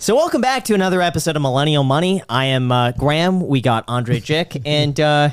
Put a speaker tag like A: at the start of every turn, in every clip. A: So, welcome back to another episode of Millennial Money. I am uh, Graham. We got Andre Jick and uh,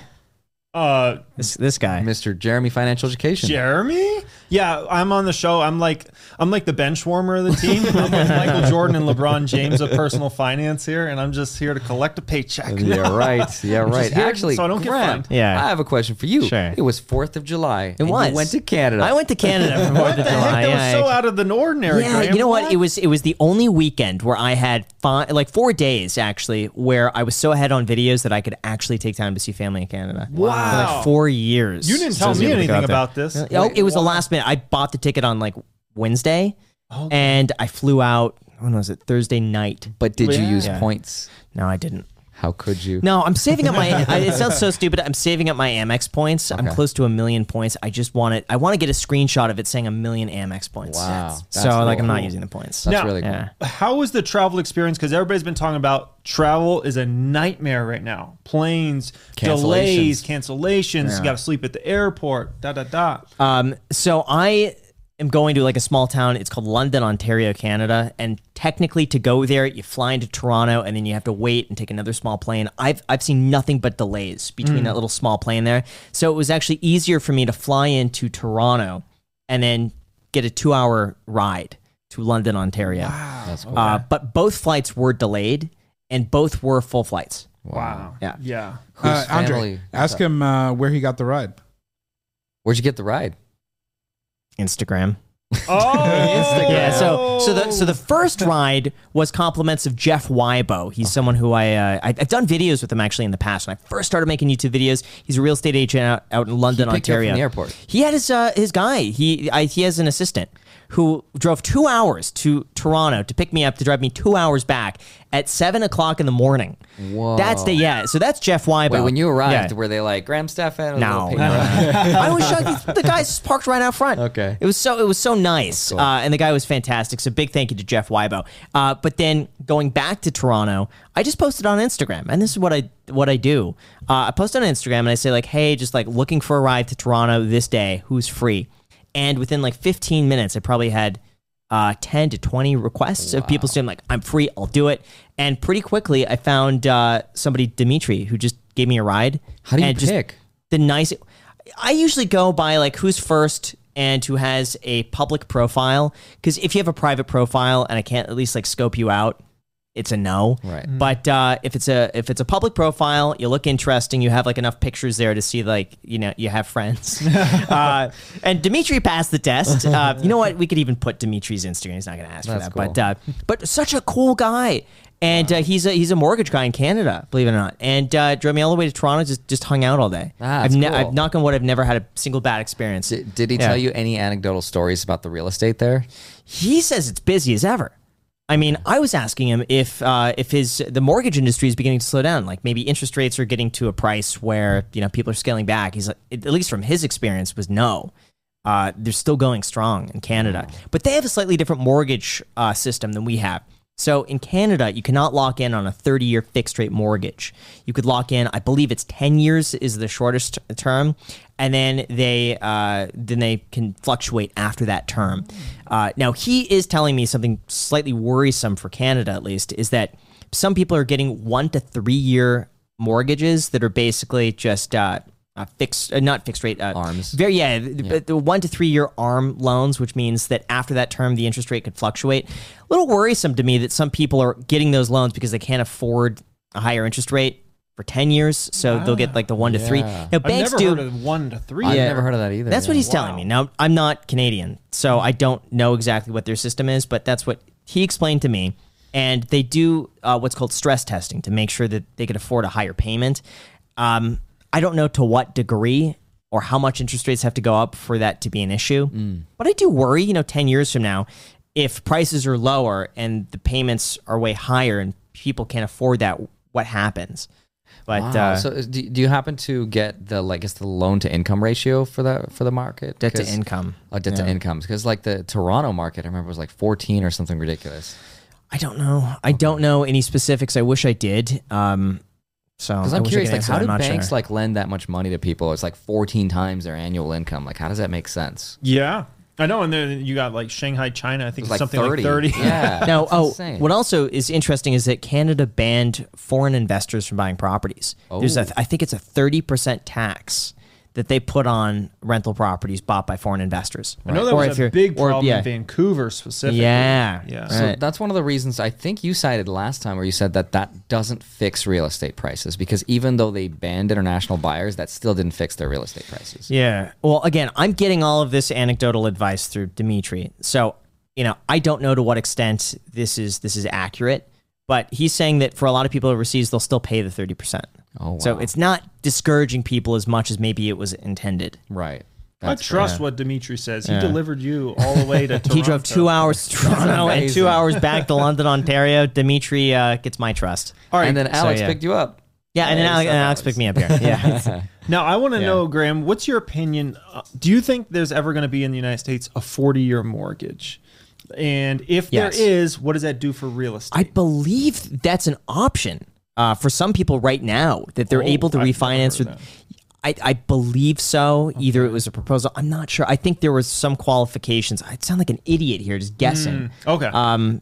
B: Uh,
A: this this guy.
C: Mr. Jeremy Financial Education.
B: Jeremy? Yeah, I'm on the show. I'm like I'm like the bench warmer of the team. I'm with Michael Jordan and LeBron James of personal finance here, and I'm just here to collect a paycheck.
C: Yeah, right. Yeah, right.
B: here
C: Actually,
B: so I don't get
C: Graham,
B: fined.
A: Yeah.
C: I have a question for you.
A: Sure.
C: It was 4th of July.
A: It
C: and
A: was.
C: You went to Canada.
A: I went to Canada for Fourth
B: What the
A: of
B: heck?
A: July.
B: That was
A: yeah,
B: so out of the ordinary.
A: Yeah,
B: Graham.
A: you know what? It was it was the only weekend where I had five, like four days actually, where I was so ahead on videos that I could actually take time to see family in Canada.
B: Wow.
A: for like four years.
B: You didn't
A: So I
B: tell
A: was
B: me
A: able to go
B: anything
A: out there.
B: about this.
A: Yeah, oh, it was the last minute. I bought the ticket on like Wednesday, and I flew out. When was it? Thursday night.
C: But did you
B: Yeah.
C: use
A: Yeah.
C: points?
A: No, I didn't.
C: How could you?
A: No, I'm saving up my. I, it sounds so stupid. I'm saving up my Amex points. I'm close to a million points. I just want it. I want to get a screenshot of it saying a million Amex points.
C: Wow.
A: So
C: That's
A: like, I'm
C: cool.
A: not using the points.
C: That's
B: No.
C: really cool.
A: Yeah.
B: How was the travel experience? Because everybody's been talking about travel is a nightmare right now. Planes, delays, cancellations. You got to sleep at the airport. Da da da.
A: Um, so I am going to like a small town. It's called London, Ontario, Canada. And technically, to go there, you fly into Toronto, and then you have to wait and take another small plane. I've I've seen nothing but delays between that little small plane there. So it was actually easier for me to fly into Toronto, and then get a two-hour ride to London, Ontario.
C: That's cool.
A: Uh, but both flights were delayed, and both were full flights.
B: wow.
A: Yeah.
B: Yeah.
C: Whose
D: Uh, Andre,
C: family-
D: ask him uh, where he got the ride.
C: Where'd you get the ride?
A: Instagram.
B: Oh.
A: Yeah, so so the so the
C: Oh.
A: first ride was compliments of Jeff Wybo. He's someone who I, uh, I I've done videos with him actually in the past. When I first started making YouTube videos, he's a real estate agent out, out in London,
C: picked you up
A: Ontario.
C: from the airport.
A: He had his uh, his guy. He I, he has an assistant who drove two hours to Toronto to pick me up to drive me two hours back at seven o'clock in the morning.
C: Whoa.
A: That's the yeah. So that's Jeff Wybo.
C: Wait, when you arrived,
A: Yeah.
C: were they like Graham Stefan?
A: No, no, I was shocked. The guys just parked right out front.
C: Okay.
A: It was so it was so nice, uh, and the guy was fantastic. So big thank you to Jeff Wybo. Uh, but then going back to Toronto, I just posted on Instagram, and this is what I what I do. Uh, I post on Instagram and I say like, hey, just like looking for a ride to Toronto this day. Who's free? And within like 15 minutes, I probably had uh, 10 to 20 requests of people saying like i'm free i'll do it and pretty quickly i found uh, somebody dimitri who just gave me a ride
C: How do you
A: and just-
C: pick?
A: the nice i usually go by like who's first and who has a public profile because if you have a private profile and i can't at least like scope you out it's a no
C: Right.
A: but uh, if it's a if it's a public profile you look interesting you have like enough pictures there to see like you know you have friends uh, and dimitri passed the test uh, you know what we could even put dimitri's instagram he's not going to ask
C: That's
A: for that
C: cool.
A: but uh, but such a cool guy. And uh, he's a he's a mortgage guy in Canada, believe it or not. And uh, drove me all the way to Toronto. Just just hung out all day.
C: Ah,
A: I've,
C: that's
A: ne-
C: cool.
A: I've knock on wood. I've never had a single bad experience.
C: Did, did he
A: Yeah.
C: tell you any anecdotal stories about the real estate there?
A: he says it's busy as ever. I mean, I was asking him if uh, if his the mortgage industry is beginning to slow down, like maybe interest rates are getting to a price where you know people are scaling back. He's like, at least from his experience, was no. Uh, they're still going strong in Canada, but they have a slightly different mortgage uh, system than we have. So in Canada, you cannot lock in on a 30 year fixed rate mortgage. You could lock in, I believe it's 10 years is the shortest t- term, and then they uh, then they can fluctuate after that term. Uh, now he is telling me something slightly worrisome for Canada, at least, is that some people are getting one to three year mortgages that are basically just uh, uh, fixed, uh, not fixed rate uh,
C: Arms.
A: Very, yeah, th- but the one to three year arm loans, which means that after that term, the interest rate could fluctuate. A little worrisome to me that some people are getting those loans because they can't afford a higher interest rate for ten years, so they'll get like the one to three.
C: Yeah.
A: Now
B: I've
A: banks
B: never
A: do.
B: heard of one to three.
C: I've never heard of that either.
A: That's what
C: yeah.
A: he's telling me. Now, I'm not Canadian, so I don't know exactly what their system is, but that's what he explained to me. And they do uh, what's called stress testing to make sure that they could afford a higher payment. Um, I don't know to what degree or
C: Mm.
A: how much interest rates have to go up for that to be an issue, but I do worry, you know, 10 years from now, if prices are lower and the payments are way higher and people can't afford that, what happens? But
C: Wow.
A: uh,
C: so is- do, do you happen to get the like it's the loan to income ratio for the for the market?
A: debt to
C: 'Cause-
A: income,
C: Oh, debt to income because like the Toronto market, I remember was like fourteen or something ridiculous.
A: I don't know. I don't know any specifics. I wish I did. Um, so
C: Because I'm
A: I wish I
C: curious,
A: could
C: like
A: answer
C: how
A: that.
C: do
A: I'm not
C: banks
A: sure.
C: like lend that much money to people? It's like fourteen times their annual income. Like how does that make sense?
B: Yeah. I know. And then you got like Shanghai, China. I think
C: It's
B: it's
C: like
B: something
C: thirty.
B: like 30.
C: Yeah.
A: No,
C: it's
A: oh,
C: insane.
A: what also is interesting is that Canada banned foreign investors from buying properties. There's
C: Oh.
A: a, I think it's a 30% tax that they put on rental properties bought by foreign investors.
B: I know that
A: Or
B: was
A: if
B: a
A: you're-
B: big
A: or-
B: problem
A: yeah.
B: in Vancouver specifically.
A: Yeah.
B: Yeah.
C: So
A: Right.
C: that's one of the reasons I think you cited last time where you said that that doesn't fix real estate prices because even though they banned international buyers, that still didn't fix their real estate prices.
A: Yeah. Well, again, I'm getting all of this anecdotal advice through Dimitri. So, you know, I don't know to what extent this is this is accurate, but he's saying that for a lot of people overseas, they'll still pay the 30%.
C: Oh, wow.
A: So it's not discouraging people as much as maybe it was intended.
C: Right.
B: I trust what Dimitri says. He delivered you all the way to Toronto.
A: He drove two hours to Toronto and
C: amazing.
A: two hours back to London, Ontario. Dimitri uh, gets my trust.
B: All right.
C: and then Alex
A: yeah.
C: picked you up.
A: Yeah, and then
C: Hey,
A: Alex,
C: sup,
A: and Alex
C: Alex?
A: picked me up here. Yeah.
B: Now, I want to
C: Yeah.
B: know, Graham, what's your opinion? Uh, Do you think there's ever going to be in the United States a 40 year mortgage? And if
A: Yes.
B: there is, what does that do for real estate?
A: I believe that's an option uh, for some people right now that they're
B: Oh,
A: able to
B: I've never
A: refinance.
B: heard
A: With, I, I believe so. Either it was a proposal. I'm not sure. I think there was some qualifications. I sound like an idiot here, just guessing.
B: okay.
A: Um,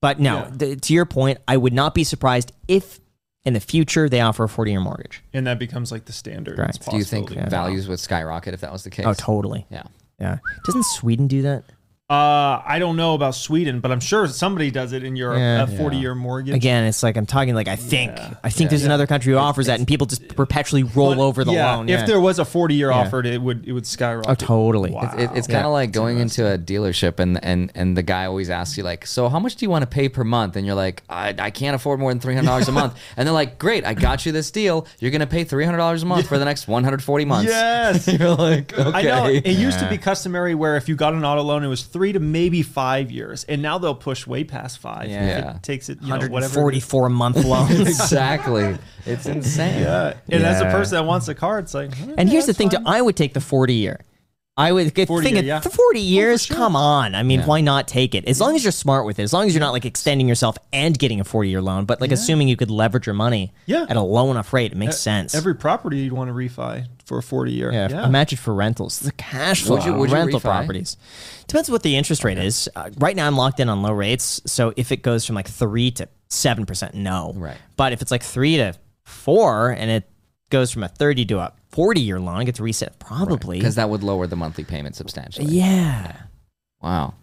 A: but no,
B: Mm. Yeah.
A: th- to your point, I would not be surprised if in the future they offer a 40 year mortgage.
B: and that becomes like the standard.
A: Right.
B: It's a
C: Do you think
B: possibility.
C: values would skyrocket if that was the case?
A: Oh, totally.
C: Yeah.
A: Yeah. Doesn't Sweden do that?
B: Uh, I don't know about Sweden, but I'm sure somebody does it in Europe.
A: Yeah.
B: a 40 year mortgage.
A: Again, it's like I'm talking like I think. I think there's another country who offers that, and people just perpetually roll
B: But
A: over the
B: yeah,
A: loan.
B: If
A: yeah.
B: there was a 40 year offered, it would it would skyrocket.
A: oh, totally.
C: It, it's kind of like going into a dealership and, and, and the guy always asks you like, so how much do you want to pay per month? And you're like, I, I can't afford more than three hundred dollars a month. And they're like, great, I got you this deal. You're gonna pay three hundred dollars a month for the next one hundred forty months.
B: Yes.
C: you're like, okay.
B: I know it used to be customary where if you got an auto loan, it was three to maybe five years, and now they'll push way past five.
A: Yeah.
C: Yeah.
B: It takes it you know, whatever. it is.
A: 144 month loans.
C: exactly. It's insane.
B: Yeah. And as a
A: Yeah.
B: person that wants a car, it's like.
A: and here's the thing: too, I would take the 40 year. I would get
B: 40
A: think
B: year,
A: of
B: yeah.
A: the 40 years. Come on, I mean, why not take it? As long as you're smart with it, as long as you're not like extending yourself and getting a 40 year loan, but like assuming you could leverage your money
B: Yeah.
A: at a low enough rate, it
C: E-,
A: makes sense.
B: Every property you'd want to refi for a forty year.
A: Yeah, Imagine for rentals, the cash flow,
C: Would you- would you
A: rental
C: refi?
A: properties. Depends what the interest rate is. Uh, right now, I'm locked in on low rates. So if it goes from like three to seven percent, no.
C: Right.
A: But if it's like three to four, and it goes from a thirty to a forty-year loan, it gets reset probably.
C: Because that would lower the monthly payment substantially.
A: yeah.
C: Wow.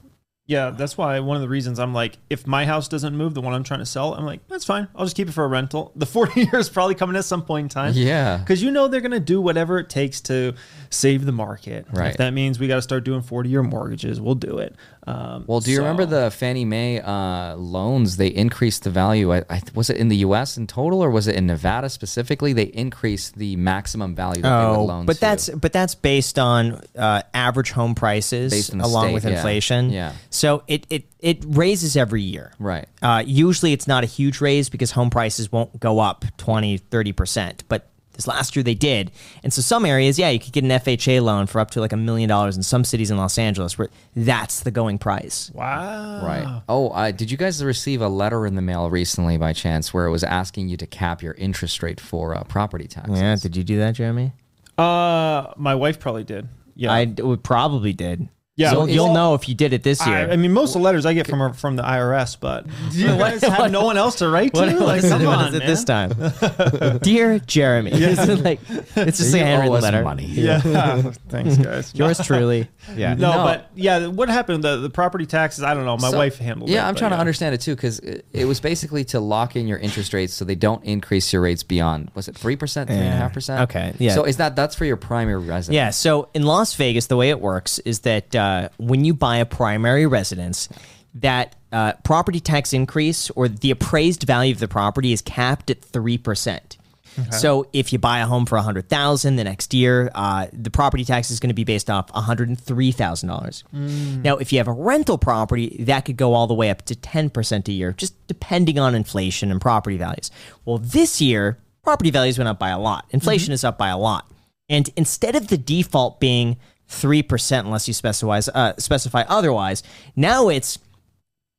B: Yeah, that's why one of the reasons I'm like, if my house doesn't move, the one I'm trying to sell, I'm like, that's fine. I'll just keep it for a rental. The 40 years probably coming at some point in time.
C: Yeah.
B: Because you know they're going to do whatever it takes to save the market.
C: Right.
B: If that means we got to start doing 40 year mortgages, we'll do it. Um,
C: Well, do you
B: so-
C: remember the Fannie Mae uh, loans? They increased the value. I, I, was it in the U.S. in total, or was it in Nevada specifically? They increased the maximum value that they would
A: Oh,
C: loan.
A: but
C: to.
A: that's but that's based on uh, average home prices
C: Based on the
A: along
C: state,
A: with
C: yeah.
A: inflation.
C: Yeah.
A: So it it it raises every year.
C: right.
A: Uh, usually it's not a huge raise because home prices won't go up 20, 30%. But this last year they did. And so some areas, yeah, you could get an FHA loan for up to like a million dollars in some cities in Los Angeles where that's the going price.
B: Wow.
A: Ah.
C: Right. Oh, uh, did you guys receive a letter in the mail recently by chance where it was asking you to cap your interest rate for uh, property taxes?
A: Yeah, did you do that, Jeremy?
B: Uh, my wife probably did. Yeah.
A: I d- would probably did.
B: Yeah,
A: you'll,
B: well,
A: you'll
B: it's-
A: know if you did it this year.
B: I, I mean, most of the letters I get from from the IRS, but do you guys have no one else to write to?
A: what, what
B: like,
A: is it-
B: come
A: what
B: on,
A: is it
B: man.
A: this time? Dear Jeremy, Is it like, it's just a
C: You owe
A: handwritten
C: us
A: letter.
C: money.
B: Yeah. Thanks, guys.
A: Yours truly. Yeah.
B: No,
C: No.
B: but yeah, what happened? The the property taxes. I don't know. My
C: So-
B: wife handled.
C: Yeah,
B: it,
C: I'm
B: but
C: trying
B: yeah.
C: to understand it too because it, it was basically to lock in your interest rates so they don't increase your rates beyond was it three percent, three and a half percent?
A: Okay, yeah.
C: So is that that's for your primary residence?
A: Yeah. So in Las Vegas, the way it works is that uh, when you buy a primary residence, that uh, property tax increase or the appraised value of the property is capped at three percent. So if you buy a home for a hundred thousand the next year, uh, the property tax is going to be based off one hundred and three thousand dollars. Now, if you have a rental property, that could go all the way up to ten percent a year, just depending on inflation and property values. Well, this year property values went up by a lot. Inflation is up by a lot, and instead of the default being three percent, unless you specify uh, specify otherwise, now it's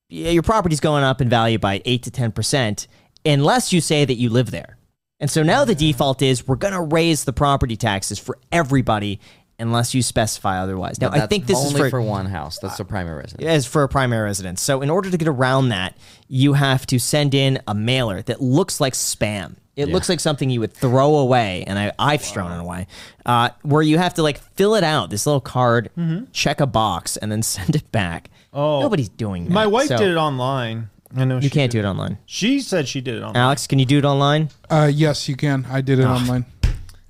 A: yeah, your property's going up in value by 8 to 10% unless you say that you live there. And so now the default is we're going to raise the property taxes for everybody unless you specify otherwise. Now, I
C: That's
A: think this is
C: only
A: for,
C: for, one house. That's the primary residence.
A: as for a primary residence. So in order to get around that, you have to send in a mailer that looks like spam. It looks like something you would throw away, and I, I've thrown it away. Uh, where you have to like fill it out, this little card, check a box, and then send it back. Oh, nobody's doing that.
B: My wife
A: So
B: did it online. I know
A: You can't do it online.
B: She said she did it
C: Ah,
B: online.
A: Alex, can you do it online?
D: Uh, yes, you can. I did it
A: Ah,
D: online.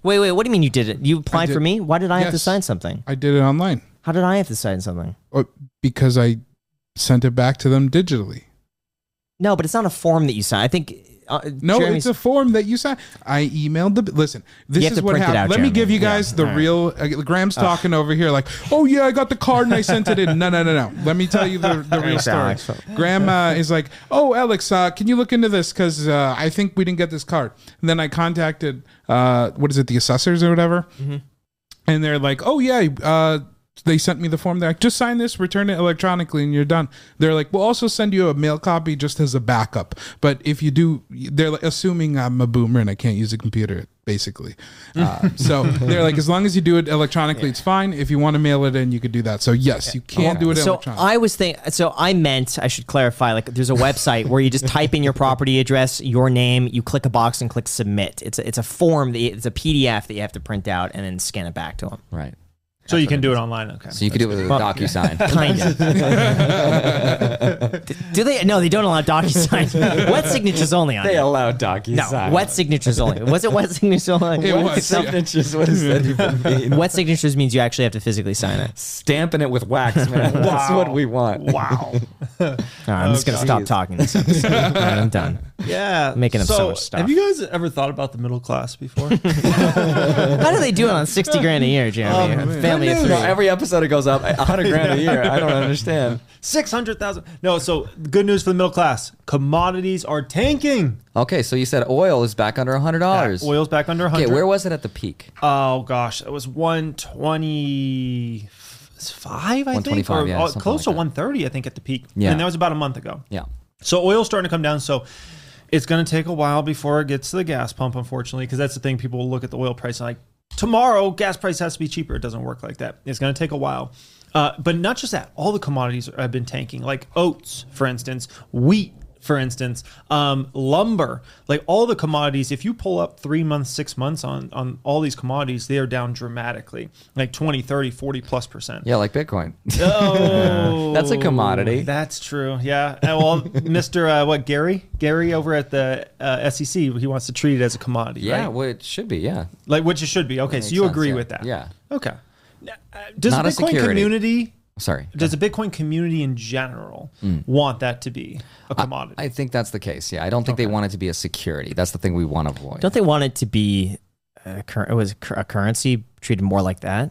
A: Wait, wait. What do you mean you did it? You applied
D: did-
A: for me? Why did I have to
D: Yes.
A: sign something?
D: I did it online
A: How did I have to sign something?
D: Uh, because I sent it back to them digitally.
A: No, but it's not a form that you sign. I think. Uh,
D: No,
A: Jeremy's-
D: it's a form that you signed. I emailed the. Listen, this
A: You have
D: is
A: to
D: what
A: print it
D: happened.
A: out,
D: Let me
A: Jeremy.
D: give you
A: Yeah.
D: guys the
A: All right.
D: real. Uh, Graham's talking over here like, oh yeah, I got the card and I sent it in. No, no, no, no. Let me tell you the, the real
A: Thanks,
D: story.
A: Alex.
D: Graham uh, is like, oh Alex, uh, can you look into this because uh, I think we didn't get this card. And then I contacted uh, what is it, the assessors or whatever, and they're like, oh yeah. Uh, they sent me the form. They're like, just sign this, return it electronically, and you're done. They're like, we'll also send you a mail copy just as a backup. But if you do, they're like, assuming I'm a boomer and I can't use a computer, basically. Uh, so they're like, as long as you do it electronically, it's fine. If you want to mail it in, you could do that. So yes, you can do it
A: So
D: electronically.
A: I was think. So I meant I should clarify. Like, there's a website where you just type in your property address, your name, you click a box and click submit. It's a, it's a form. That you, it's a PDF that you have to print out and then scan it back to them.
C: Right.
B: so you can do it online. Okay.
C: So you could do it with a
A: Well,
C: DocuSign.
A: Kind of. Do they? No, they don't allow DocuSign. wet signatures only on. it.
C: allow DocuSign.
A: No, wet signatures only. Was it wet signatures only?
D: It was.
C: signatures? What does that even mean?
A: Wet signatures means you actually have to physically sign it.
C: Stamping it with wax, man. That's what we want.
B: wow.
A: All right, I'm just gonna
D: Oh,
A: stop talking. This episode. All right, I'm done.
B: Yeah.
A: Making up so much stuff.
B: Have you guys ever thought about the middle class before?
A: How do they do it on sixty grand a year, Jeremy? Family of
C: No,
A: three.
C: every episode it goes up a hundred grand a year. I don't understand.
B: Six hundred thousand. No. So good news for the middle class. Commodities are tanking.
C: Okay, so you said oil is back under a hundred dollars.
B: Oil's back under
C: Okay,
B: hundred.
C: where was it at the peak?
B: Oh gosh, it was one twenty five. I think,
C: 125,
B: or
C: yeah,
B: uh,
C: something
B: close
C: like
B: to
C: that.
B: one thirty. I think at the peak.
C: Yeah.
B: and that was about a month ago.
C: Yeah.
B: So oil's starting to come down. So it's going to take a while before it gets to the gas pump, unfortunately, because that's the thing. People will look at the oil price and like tomorrow gas price has to be cheaper. It doesn't work like that. It's going to take a while. Uh, but not just that. All the commodities have been tanking, like oats, for instance, wheat. For instance, um, lumber, like all the commodities, if you pull up three months, six months on on all these commodities, they are down dramatically, like 20, 30, 40 plus percent.
C: Yeah, like Bitcoin.
B: Oh,
C: That's a commodity.
B: That's true. Yeah. Uh, well, Mr. Uh, what Gary? Gary over at the uh, SEC, he wants to treat it as a commodity.
C: yeah,
B: right?
C: well, it should be. Yeah.
B: like which it should be. Okay, so
C: makes
B: you
C: sense,
B: agree
C: yeah.
B: with that?
C: Yeah.
B: Okay. Uh, does
C: Not
B: the
C: a
B: Bitcoin
C: security.
B: community?
C: Sorry.
B: Does the Bitcoin community in general want that to be a commodity?
C: Hmm. I think that's the case. Yeah, I don't think they want it to be a security. That's the thing we want to avoid.
A: Don't they want it to be a cur- it was a cur- a currency treated more like that?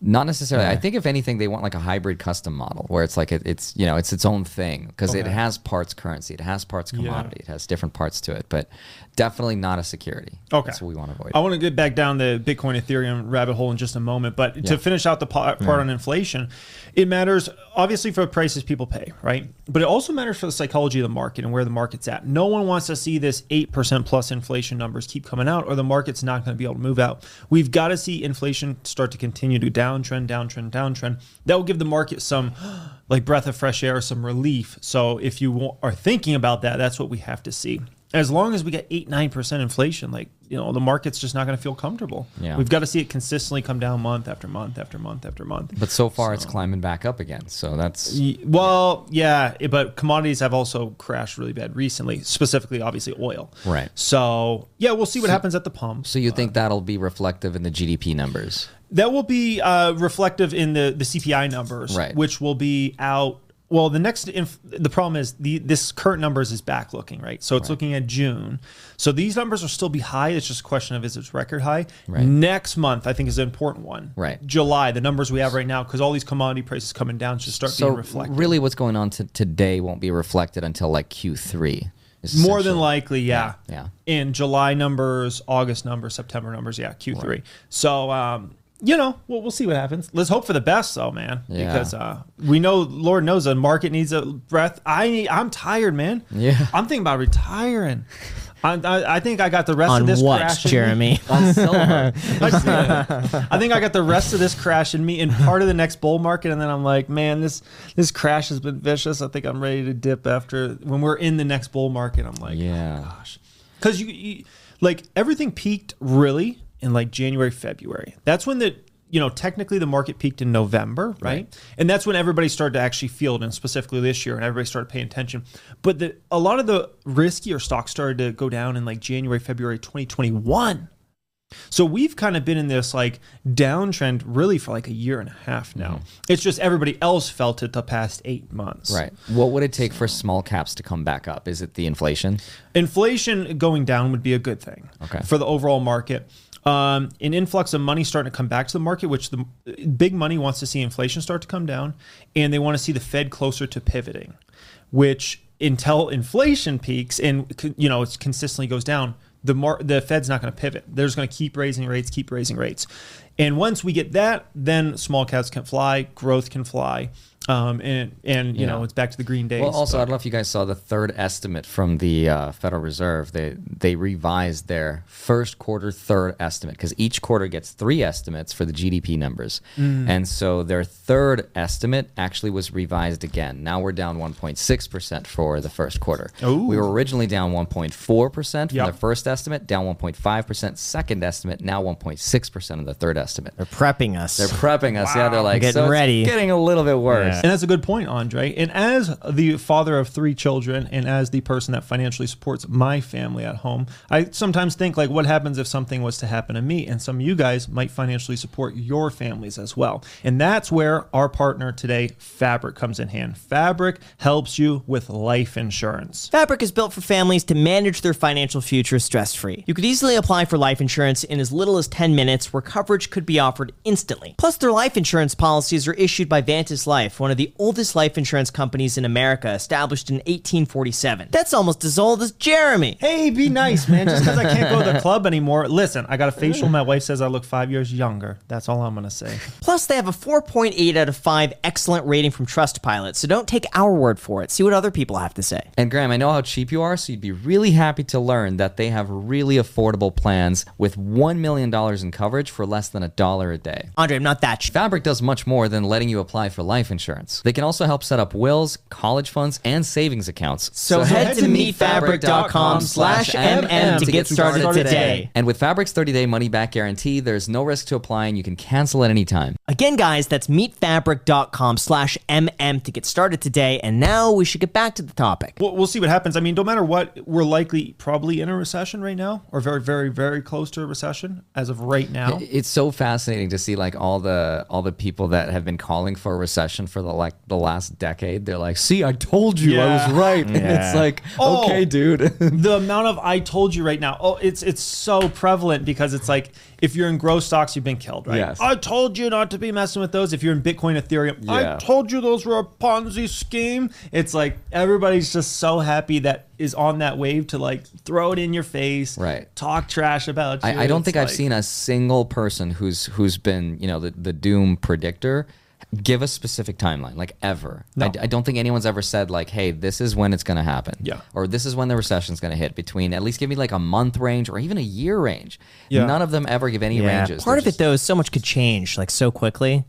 C: Not necessarily. I think if anything, they want like a hybrid custom model where it's like it, it's you know it's its own thing because it has parts currency, it has parts commodity, it has different parts to it, but definitely not a security.
B: Okay.
C: that's what we want to avoid.
B: I want to get back down the Bitcoin Ethereum rabbit hole in just a moment, but to finish out the po- part on inflation, it matters obviously for the prices people pay, right? But it also matters for the psychology of the market and where the market's at. No one wants to see this 8% plus inflation numbers keep coming out or the market's not going to be able to move out. We've got to see inflation start to continue to downtrend, downtrend, downtrend. That will give the market some like breath of fresh air, some relief. So if you wa- are thinking about that, that's what we have to see as long as we get eight nine percent inflation, like you know, the market's just not going to feel comfortable.
C: Yeah.
B: We've got to see it consistently come down month after month after month after month.
C: but so far, it's climbing back up again. So that's
B: Y- Well, yeah, it- but commodities have also crashed really bad recently, specifically, obviously, oil.
C: Right.
B: So, yeah, we'll see what happens at the pumps.
C: so you think that'll be reflective in the GDP numbers?
B: That will be uh, reflective in the, the CPI numbers,
C: Right.
B: which will be out well, the next inf- the problem is the this current numbers is back looking, right? So it's looking at June. So these numbers will still be high. It's just a question of is it record high.
C: Right.
B: Next month, I think is an important one.
C: Right.
B: July, the numbers we have right now, because all these commodity prices coming down should start
C: So
B: being reflected.
C: really, what's going on to today won't be reflected until like Q3. is
B: More than
C: essentially-
B: likely, yeah.
C: Yeah,
B: In July numbers, August numbers, September numbers, yeah, Q3. So, um, you know, we'll, we'll see what happens. Let's hope for the best, though, man.
C: Yeah.
B: Because uh, we know, Lord knows, the market needs a breath. I need, I'm tired, man.
C: Yeah.
B: I'm thinking about retiring. I, I, I think I got the rest of
A: on
B: this
A: what,
B: crash in me.
A: Jeremy?
C: on silver.
B: I think I got the rest of this crash in me and part of the next bull market, and then I'm like, man, this this crash has been vicious. I think I'm ready to dip after when we're in the next bull market. I'm like,
C: Yeah.
B: oh, gosh, because you, you like everything peaked really in like January, February. That's when the you know technically the market peaked in November, right? And that's when everybody started to actually feel it, and specifically this year, and everybody started paying attention. But the, a lot of the riskier stocks started to go down in like January, February, 2021. So we've kind of been in this like downtrend really for like a year and a half now. It's just everybody else felt it the past eight months.
C: right. What would it take for small caps to come back up? Is it the inflation?
B: Inflation going down would be a good thing
C: Okay.
B: for the overall market. Um, an influx of money starting to come back to the market, which the big money wants to see inflation start to come down, and they want to see the Fed closer to pivoting, which until inflation peaks and you know it consistently goes down, the mar- the Fed's not going to pivot. They're just going to keep raising rates, keep raising rates, and once we get that, then small caps can fly, growth can fly, um, and and you know it's back to the green days.
C: Well, also,
B: but-
C: I don't know if you guys saw the third estimate from the uh, Federal Reserve. They they revised their first quarter third estimate because each quarter gets three estimates for the GDP numbers, and so their third estimate actually was revised again. Now we're down 1.6 percent for the first quarter. We were originally down 1.4 percent from
B: Yeah.
C: the first estimate, down 1.5 percent second estimate, now 1.6 percent of the third estimate.
A: They're prepping us.
C: They're prepping us. Yeah, they're like
A: Getting
C: so it's
A: ready.
C: getting a little bit worse.
B: And that's a good point, Andre. And as the father of three children and as the person that financially supports my family at home, I sometimes think like what happens if something was to happen to me and some of you guys might financially support your families as well. And that's where our partner today, Fabric comes in hand. Fabric helps you with life insurance.
A: Fabric is built for families to manage their financial future stress free. You could easily apply for life insurance in as little as 10 minutes, where coverage could be offered instantly. Plus, their life insurance policies are issued by Vantis Life, one of the oldest life insurance companies in America, established in 1847. That's almost as old as Jeremy.
B: Hey, be nice, man. Just because I can't go to the club anymore. Listen, I got a facial. My wife says I look five years younger. That's all I'm going to say.
A: Plus, they have a 4.8 out of 5 excellent rating from Trustpilot, so don't take our word for it. See what other people have to say.
C: And Graham, I know how cheap you are, so you'd be really happy to learn that they have really affordable plans with $1 million in coverage for less than a dollar a day.
A: Andre, I'm not that sh-
C: Fabric does much more than letting you apply for life insurance. They can also help set up wills, college funds, and savings accounts.
A: So head to meetfabric.com slash mm to get started today.
C: And with Fabric's 30-day money-back guarantee, there's no risk to applying. You can cancel at any time.
A: Again, guys, that's meatfabric.com slash mm to get started today. And now we should get back to the topic.
B: We'll, we'll see what happens. I mean, no matter what, we're likely probably in a recession right now, or very, very, very close to a recession as of right now.
C: It's so fascinating to see like all the all the people that have been calling for a recession for the like the last decade. They're like, "See, I told you, I was
B: Yeah.
C: right." And it's like,
B: Oh.
C: "Okay, dude."
B: the amount of I told you right now, oh, it's it's so prevalent because it's like if you're in growth stocks, you've been killed, right?
C: Yes.
B: I told you not to be messing with those. If you're in Bitcoin, Ethereum,
C: Yeah.
B: I told you those were a Ponzi scheme. It's like everybody's just so happy that is on that wave to like throw it in your face,
C: Right.
B: Talk trash about you.
C: I, I don't
B: It's
C: think I've
B: like-
C: seen a single person who's who's been you know the, the doom predictor give a specific timeline like ever. I, d- I don't think anyone's ever said like, "Hey, this is when it's going to happen,"
B: Yeah.
C: or "This is when the recession's going to hit." Between at least give me like a month range or even a year range.
B: Yeah.
C: None of them ever give any ranges.
A: Part
C: They're
A: of it,
C: just-
A: though, is so much could change like so quickly.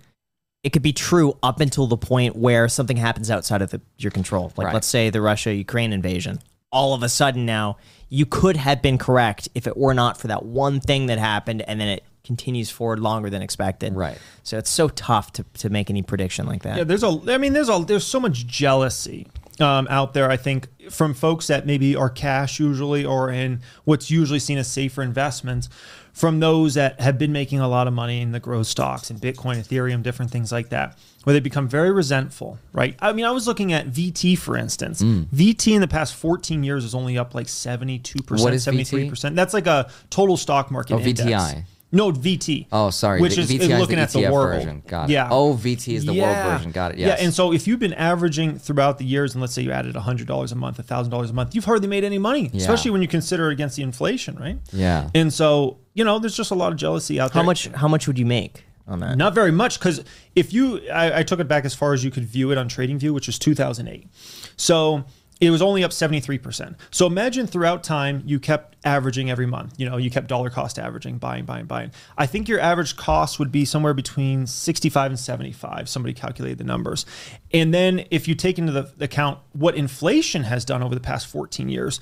A: It could be true up until the point where something happens outside of the, your control. Like,
C: Right.
A: let's say the Russia Ukraine invasion. All of a sudden now, you could have been correct if it were not for that one thing that happened and then it continues forward longer than expected.
C: Right.
A: So it's so tough to, to make any prediction like that.
B: Yeah, there's a. I mean, there's a. There's so much jealousy um, out there, I think, from folks that maybe are cash usually or in what's usually seen as safer investments, from those that have been making a lot of money in the growth stocks and Bitcoin, Ethereum, different things like that, where they become very resentful, right? I mean, I was looking at VT, for instance.
C: Mm.
B: VT in the past 14 years is only up like 72%,
C: What is VT?
B: 73%. That's like a total stock market
C: Oh,
B: index.
C: VTI.
B: No, VT.
C: Oh, sorry.
B: Which
C: the
B: is
C: VTI is
B: looking
C: the
B: at the
C: ETF
B: world.
C: version. Got it.
B: Yeah.
C: Oh, VT is the world version. Got it. Yes.
B: Yeah. And so if you've been averaging throughout the years, and let's say you added $100 a month, $1,000 a month, you've hardly made any money, especially when you consider it against the inflation, right?
C: Yeah.
B: And so, you know, there's just a lot of jealousy out there.
A: How much? How much would you make on that?
B: Not very much, because if you, I, I took it back as far as you could view it on TradingView, which was 2008. So it was only up 73%. So imagine throughout time you kept averaging every month. You know, you kept dollar cost averaging, buying, buying, buying. I think your average cost would be somewhere between 65 and 75. Somebody calculated the numbers. And then if you take into the account what inflation has done over the past 14 years,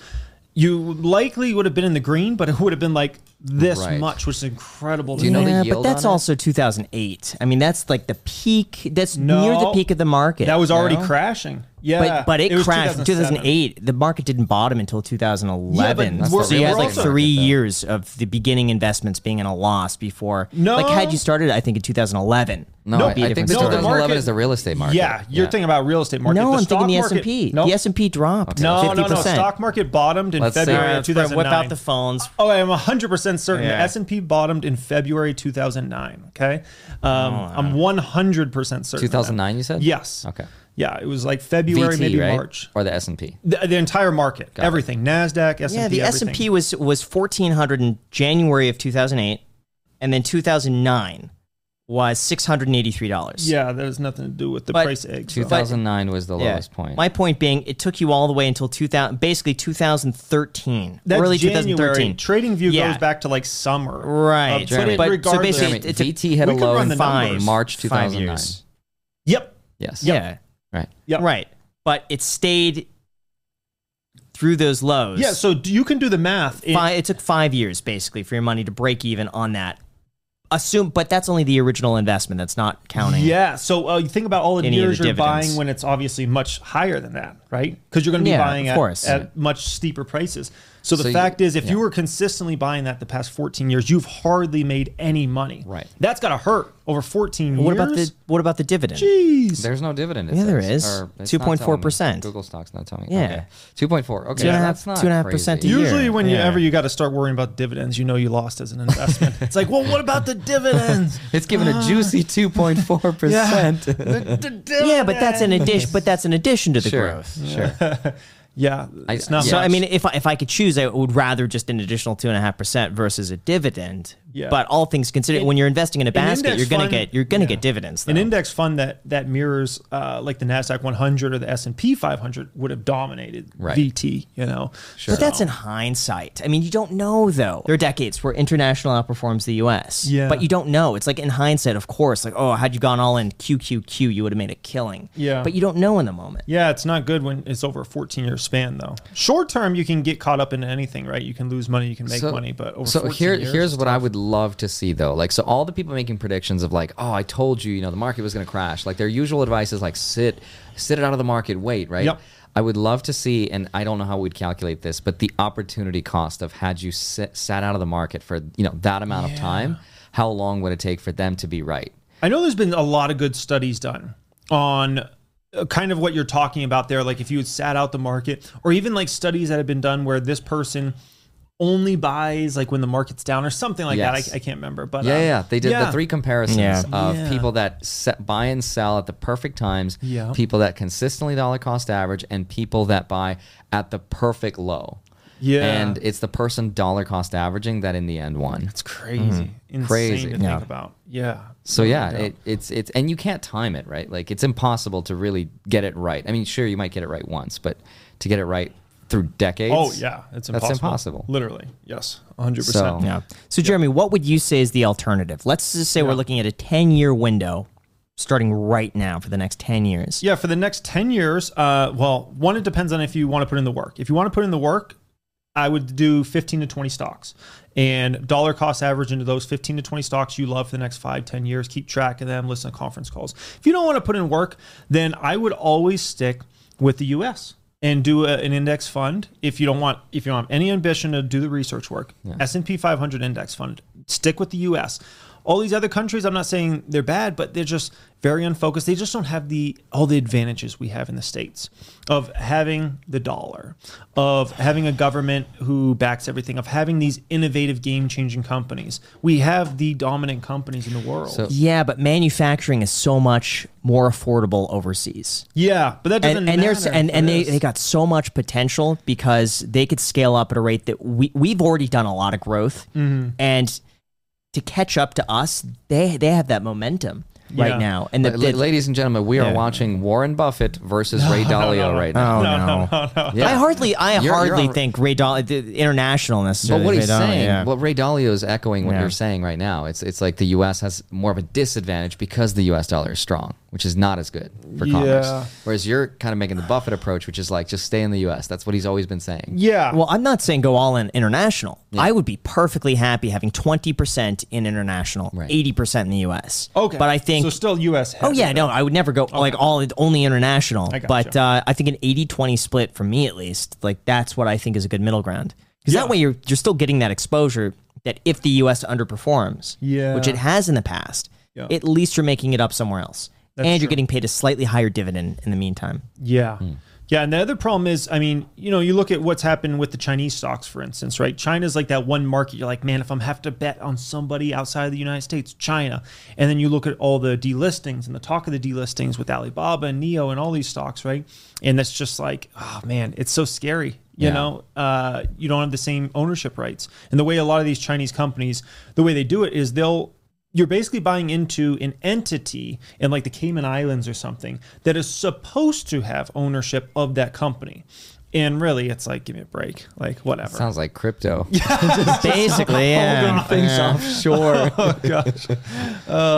B: you likely would have been in the green, but it would have been like this
C: Right.
B: much, which is incredible.
C: Do you know the
A: yeah, but
C: yield
A: that's
C: on it?
A: also 2008. I mean, that's like the peak. That's near the
B: No,
A: peak of the market.
B: That was
A: you
B: already
A: know?
B: crashing. Yeah,
A: But, but it,
B: was
A: crashed in
B: 2007.
A: 2008. The market didn't bottom until 2011.
B: Yeah, but
A: so
C: we're-
A: you had
C: we're
A: like
C: also-
A: three
C: market, though.
A: years of the beginning investments being in a loss before.
B: No.
A: Like, had you started, I think, in 2011.
C: No,
A: it'd
C: I,
A: be a
C: I
A: different
C: think the
B: No, the
A: story.
C: 2011
B: market-
C: is the real estate market.
B: Yeah, you're thinking about real estate market.
A: no,
B: the
A: I'm
B: stock
A: thinking the
B: market-
A: S&P.
B: Nope.
A: The S&P dropped
B: No,
A: 50%.
B: no, no. Stock market bottomed in
C: Let's say-
B: February
C: Yeah,
B: of
A: February
B: 2009.
A: whip out the phones.
B: Oh, I'm 100% certain the
A: Yeah.
B: S&P bottomed in February 2009, okay? Um,
C: Oh,
B: I'm 100% certain. of that.
C: 2009, you said?
B: Yes.
C: Okay.
B: Yeah, it was like February,
C: VT,
B: maybe
C: right?
B: March.
C: Or the S&P.
B: The, the entire market, everything, Nasdaq, S&P,
A: Yeah, the S
B: everything.
A: and P was was fourteen hundred in January of two thousand eight, and then two thousand nine was six hundred and eighty three dollars.
B: Yeah, that has nothing to do with the
A: But
B: price egg. so-
C: 2009 was the lowest point.
A: My point being, it took you all the way until two thousand, basically two thousand thirteen,
B: That's
A: early two
B: January.
A: thousand thirteen.
B: Trading view
A: Yeah.
B: goes back to like summer.
A: Right.
B: Uh,
C: Jeremy,
B: but
C: but-
B: it,
C: so
B: regardless,
A: basically- it-
C: Jeremy,
A: it's a-
C: VT hit a
B: we could
C: low
B: run
C: in
B: the
A: Five
B: numbers.
C: March
A: five
C: 2009.
A: years.
B: yep,
C: Yes.
A: Yeah.
C: Right.
B: yep,
A: Right. But it stayed through those lows.
B: Yeah, so do, you can do the math. It-
A: Fi- it took five years basically for your money to break even on that. Assume, but that's only the original investment. That's not counting.
B: yeah, so uh, you think about all the
A: Any of
B: years
A: the
B: you're
A: dividends.
B: buying when it's obviously much higher than that, right? Because you're going to be
A: Yeah,
B: buying
A: of
B: at,
A: course.
B: at much steeper prices. So the
C: So you-
B: fact is, if you
C: yeah.
B: were consistently buying that the past 14 years, you've hardly made any money.
C: Right.
B: That's got to hurt over 14
A: What
B: years.
A: about the what about the dividend?
B: Jeez.
C: There's no dividend. it
A: Yeah, there
C: says,
A: is.
C: or it's not telling me.
A: 2.4%.
C: Google stock's not telling me.
A: Yeah.
C: Okay. 2.4. Okay.
A: Two and a half-
C: that's not
A: two and a half
C: crazy.
A: percent a year.
B: Usually, when you
A: Yeah.
B: ever you got to start worrying about dividends, you know you lost as an investment. it's like, well, what about the dividends?
C: It's giving a juicy 2.4%.
A: Yeah, but that's an addition. But that's an addition to the
C: Sure.
A: growth.
C: Sure.
B: Yeah, it's not.
C: yeah.
A: So I
B: much.
A: mean, if I, if I could choose, I would rather just an additional two and a half percent versus a dividend.
B: Yeah.
A: But all things considered, when you're investing in a basket,
B: index
A: you're gonna
B: fund-
A: get you're gonna
B: yeah.
A: get dividends.
B: an
A: though.
B: index fund that that mirrors uh, like the Nasdaq 100 or the S and P 500 would have dominated
C: Right.
B: VT. You know,
C: Sure.
A: But that's in hindsight. I mean, you don't know though. There are decades where international outperforms the U.S.
B: Yeah.
A: But you don't know. It's like in hindsight, of course. Like, oh, had you gone all in QQQ, you would have made a killing.
B: Yeah.
A: But you don't know in the moment.
B: yeah, it's not good when it's over a 14 year span though. Short term, you can get caught up in anything, right? You can lose money, you can make money, but over
C: so
B: 14
C: here,
B: years,
C: here's what I would love to see though. Like, so all the people making predictions of like, oh, I told you, you know, the market was going to crash. Like their usual advice is like, sit, sit it out of the market, wait, right?
B: Yep.
C: I would love to see, and I don't know how we'd calculate this, but the opportunity cost of had you sit, sat out of the market for you know that amount of time, how long would it take for them to be right?
B: I know there's been a lot of good studies done on uh, kind of what you're talking about there. Like if you had sat out the market, or even like studies that have been done where this person only buys like when the market's down or something like
C: Yes.
B: that. I, I can't remember, but
C: Yeah,
B: um,
C: yeah, yeah. They did
B: yeah.
C: the three comparisons
A: Yeah.
C: of
B: Yeah.
C: people that se- buy and sell at the perfect times,
B: Yeah.
C: people that consistently dollar cost average, and people that buy at the perfect low.
B: Yeah.
C: And it's the person dollar cost averaging that in the end won.
B: It's crazy, insane
C: Mm-hmm. Crazy.
B: to
C: Yeah.
B: think about. Yeah.
C: So yeah, it, it's it's and you can't time it right. Like it's impossible to really get it right. I mean, sure you might get it right once, but to get it right through decades.
B: oh yeah, it's impossible.
C: That's impossible.
B: Literally, yes, one hundred
C: So-
B: percent.
A: Yeah. So, Jeremy, what would you say is the alternative? Let's just say we're looking at a 10 year window starting right now for the next 10 years.
B: Yeah, for the next ten years, uh, well, one it depends on if you want to put in the work. If you want to put in the work, I would do fifteen to twenty stocks and dollar cost average into those fifteen to twenty stocks you love for the next five, ten years. Keep track of them. Listen to conference calls. If you don't want to put in work, then I would always stick with the U.S. and do a, an index fund if you don't want if you don't have any ambition to do the research work. S and P 500 index fund. Stick with the U.S. All these other countries, I'm not saying they're bad, but they're just very unfocused. They just don't have the all the advantages we have in the states of having the dollar, of having a government who backs everything, of having these innovative, game-changing companies. We have the dominant companies in the world.
C: So-
A: Yeah, but manufacturing is so much more affordable overseas.
B: yeah, but that doesn't
A: and, and
B: matter.
A: there's and,
B: for
A: and they,
B: this.
A: they got so much potential because they could scale up at a rate that we we've already done a lot of growth
B: Mm-hmm.
A: and to catch up to us they they have that momentum
B: Yeah.
A: right now and the,
C: But la-
A: the-
C: ladies and gentlemen, we are
B: Yeah.
C: watching Warren Buffett versus Ray Dalio right now.
A: oh
B: no,
A: no,
B: no, no, no.
C: Yeah.
A: I hardly I
C: you're
A: hardly
C: on-
A: think Ray Dal the international
C: But
A: necessarily
C: what
A: Ray
C: he's
A: Dalio,
C: saying,
A: yeah.
C: what Ray Dalio is echoing what
A: Yeah.
C: you're saying right now, it's it's like the U.S. has more of a disadvantage because the U.S. dollar is strong, which is not as good for
B: Yeah.
C: commerce. Whereas you're kind of making the Buffett approach, which is like just stay in the U.S. That's what he's always been saying.
B: Yeah.
A: Well, I'm not saying go all in international. I would be perfectly happy having 20% in international,
C: Right.
A: 80% in the US.
B: okay.
A: But I think
B: so. Still U.S.
A: Oh yeah,
B: heavy.
A: no, I would never go like all only international.
B: I gotcha.
A: But uh, I think an 80-20 split for me at least, like that's what I think is a good middle ground. Because
B: Yeah.
A: that way you're you're still getting that exposure that if the US underperforms,
B: Yeah.
A: which it has in the past,
B: Yeah.
A: at least you're making it up somewhere else. and you're getting paid a slightly higher dividend in the meantime.
B: Yeah. Yeah, and the other problem is, I mean, you know, you look at what's happened with the Chinese stocks, for instance, right? China's like that one market. You're like, man, if I'm have to bet on somebody outside of the United States, China. And then you look at all the delistings and the talk of the delistings with Alibaba and Neo and all these stocks, right? And that's just like, oh man, it's so scary. You
C: Yeah.
B: know, uh, you don't have the same ownership rights. And the way a lot of these Chinese companies, the way they do it is they'll you're basically buying into an entity in like the Cayman Islands or something that is supposed to have ownership of that company. And really, it's like, give me a break. Like, whatever.
C: Sounds like crypto.
A: Basically, yeah.
C: Things offshore.
B: oh,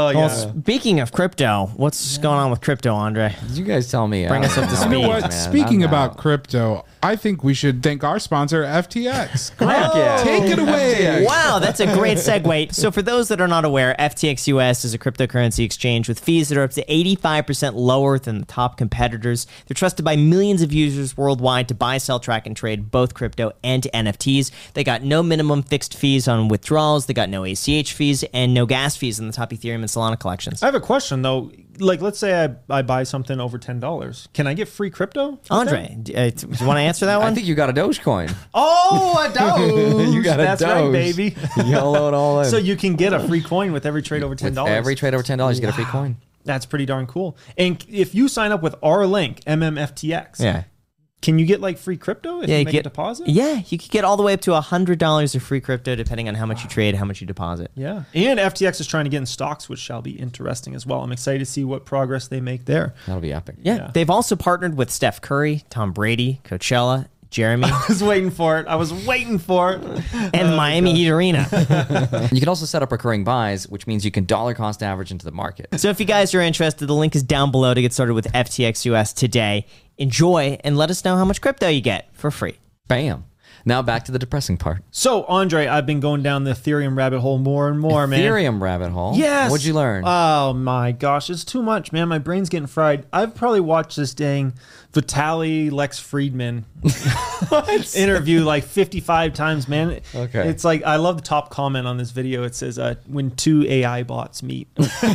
B: yeah.
A: Well, speaking of crypto, what's going on with crypto, Andre?
C: you guys tell me.
A: Bring
C: I
A: us up to
C: don't
A: speed.
C: know,
A: You know
D: But
A: what?
C: man.
D: speaking
C: I'm
D: about
C: out.
D: crypto, I think we should thank our sponsor, FTX. Grant,
C: yeah.
D: take it away.
A: Wow, that's a great segue. So, for those that are not aware, FTX US is a cryptocurrency exchange with fees that are up to 85% lower than the top competitors. They're trusted by millions of users worldwide to buy, sell, track, and trade both crypto and NFTs. They got no minimum fixed fees on withdrawals, they got no ACH fees, and no gas fees in the top Ethereum and Solana collections.
B: I have a question, though. Like, let's say I, I buy something over $10. Can I get free crypto? with that?
A: Andre, d- uh, do you want to answer that
C: Oh, I
A: one?
C: think you got a Dogecoin.
B: Oh, a doge.
C: You got a
B: That's right,
C: Doge.
B: baby.
C: Yellow it all in.
B: so you can get a free coin with every trade over $10.
C: With every trade over ten dollars, you get a free coin.
B: That's pretty darn cool. And if you sign up with our link, MMFTX,
A: yeah.
B: can you get like free crypto if
A: Yeah,
B: you
A: you
B: make
A: get
B: a deposit?
A: Yeah, you could get all the way up to hundred dollars of free crypto, depending on how much you trade, how much you deposit.
B: Yeah. And FTX is trying to get in stocks, which shall be interesting as well. I'm excited to see what progress they make there.
C: That'll be epic.
A: Yeah.
B: Yeah.
A: They've also partnered with Steph Curry, Tom Brady, Coachella, Jeremy,
B: I was waiting for it. I was waiting for it.
A: and Miami Heat Arena.
C: You can also set up recurring buys, which means you can dollar cost average into the market.
A: so if you guys are interested, the link is down below to get started with FTX US today. Enjoy and let us know how much crypto you get for free.
C: Bam. Now back to the depressing part.
B: So, Andre, I've been going down the Ethereum rabbit hole more and more, man.
C: Ethereum rabbit hole.
B: Yes.
C: What'd you learn?
B: Oh my gosh, it's too much, man. My brain's getting fried. I've probably watched this dang Vitaly Lex Friedman interview like 55 times, man.
C: Okay.
B: It's like I love the top comment on this video. It says uh, when two AI bots meet.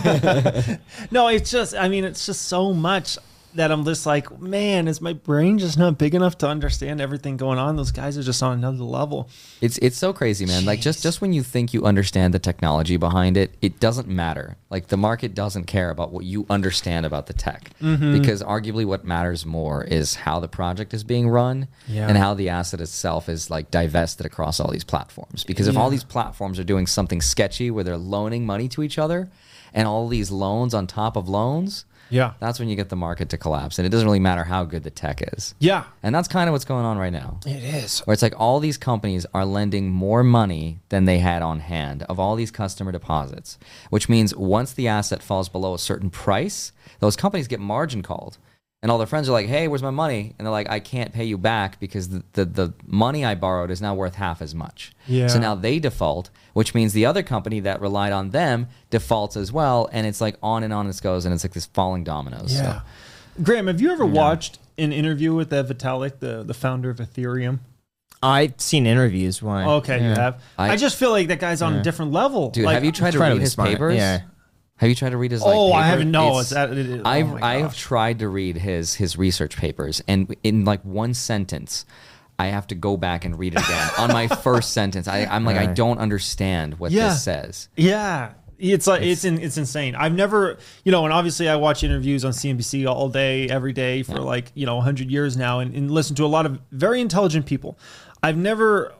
B: no, it's just I mean, it's just so much that I'm just like, man, is my brain just not big enough to understand everything going on? Those guys are just on another level.
C: it's it's so crazy, man. Like just just when you think you understand the technology behind it, it doesn't matter. Like the market doesn't care about what you understand about the tech
B: Mm-hmm.
C: because arguably what matters more is how the project is being run
B: Yeah.
C: and how the asset itself is like divested across all these platforms. Because if all these platforms are doing something sketchy where they're loaning money to each other and all these loans on top of loans,
B: Yeah.
C: that's when you get the market to collapse and it doesn't really matter how good the tech is.
B: Yeah.
C: And that's kind of what's going on right now
B: It is.
C: where it's like all these companies are lending more money than they had on hand of all these customer deposits, which means once the asset falls below a certain price, those companies get margin called. And all their friends are like, hey, where's my money? And they're like, I can't pay you back because the, the, the money I borrowed is now worth half as much.
B: Yeah.
C: So now they default, which means the other company that relied on them defaults as well. And it's like on and on this goes. And it's like this falling dominoes. So
B: Graham, have you ever watched an interview with that Vitalik, the, the founder of Ethereum?
A: I've seen interviews when I-
B: Okay, you have. I,
C: I-
B: just feel like that guy's on a different level.
C: Dude,
B: Like,
C: have you tried to
A: incredibly
C: read his
A: smart,
C: papers?
A: yeah.
C: Have you tried to read his?
B: Oh,
C: like,
B: I
C: paper?
B: haven't. No,
C: It's-
B: it's, that. it- it- oh
C: I've
B: my
C: I have
B: gosh.
C: tried to read his his research papers, and in like one sentence, I have to go back and read it again on my first sentence. I, I'm like, I don't understand what
B: Yeah.
C: this says.
B: Yeah. It's like it's in, it's insane. I've never, you know, and obviously I watch interviews on CNBC all day, every day for like you know 100 years now, and, and listen to a lot of very intelligent people. I've never,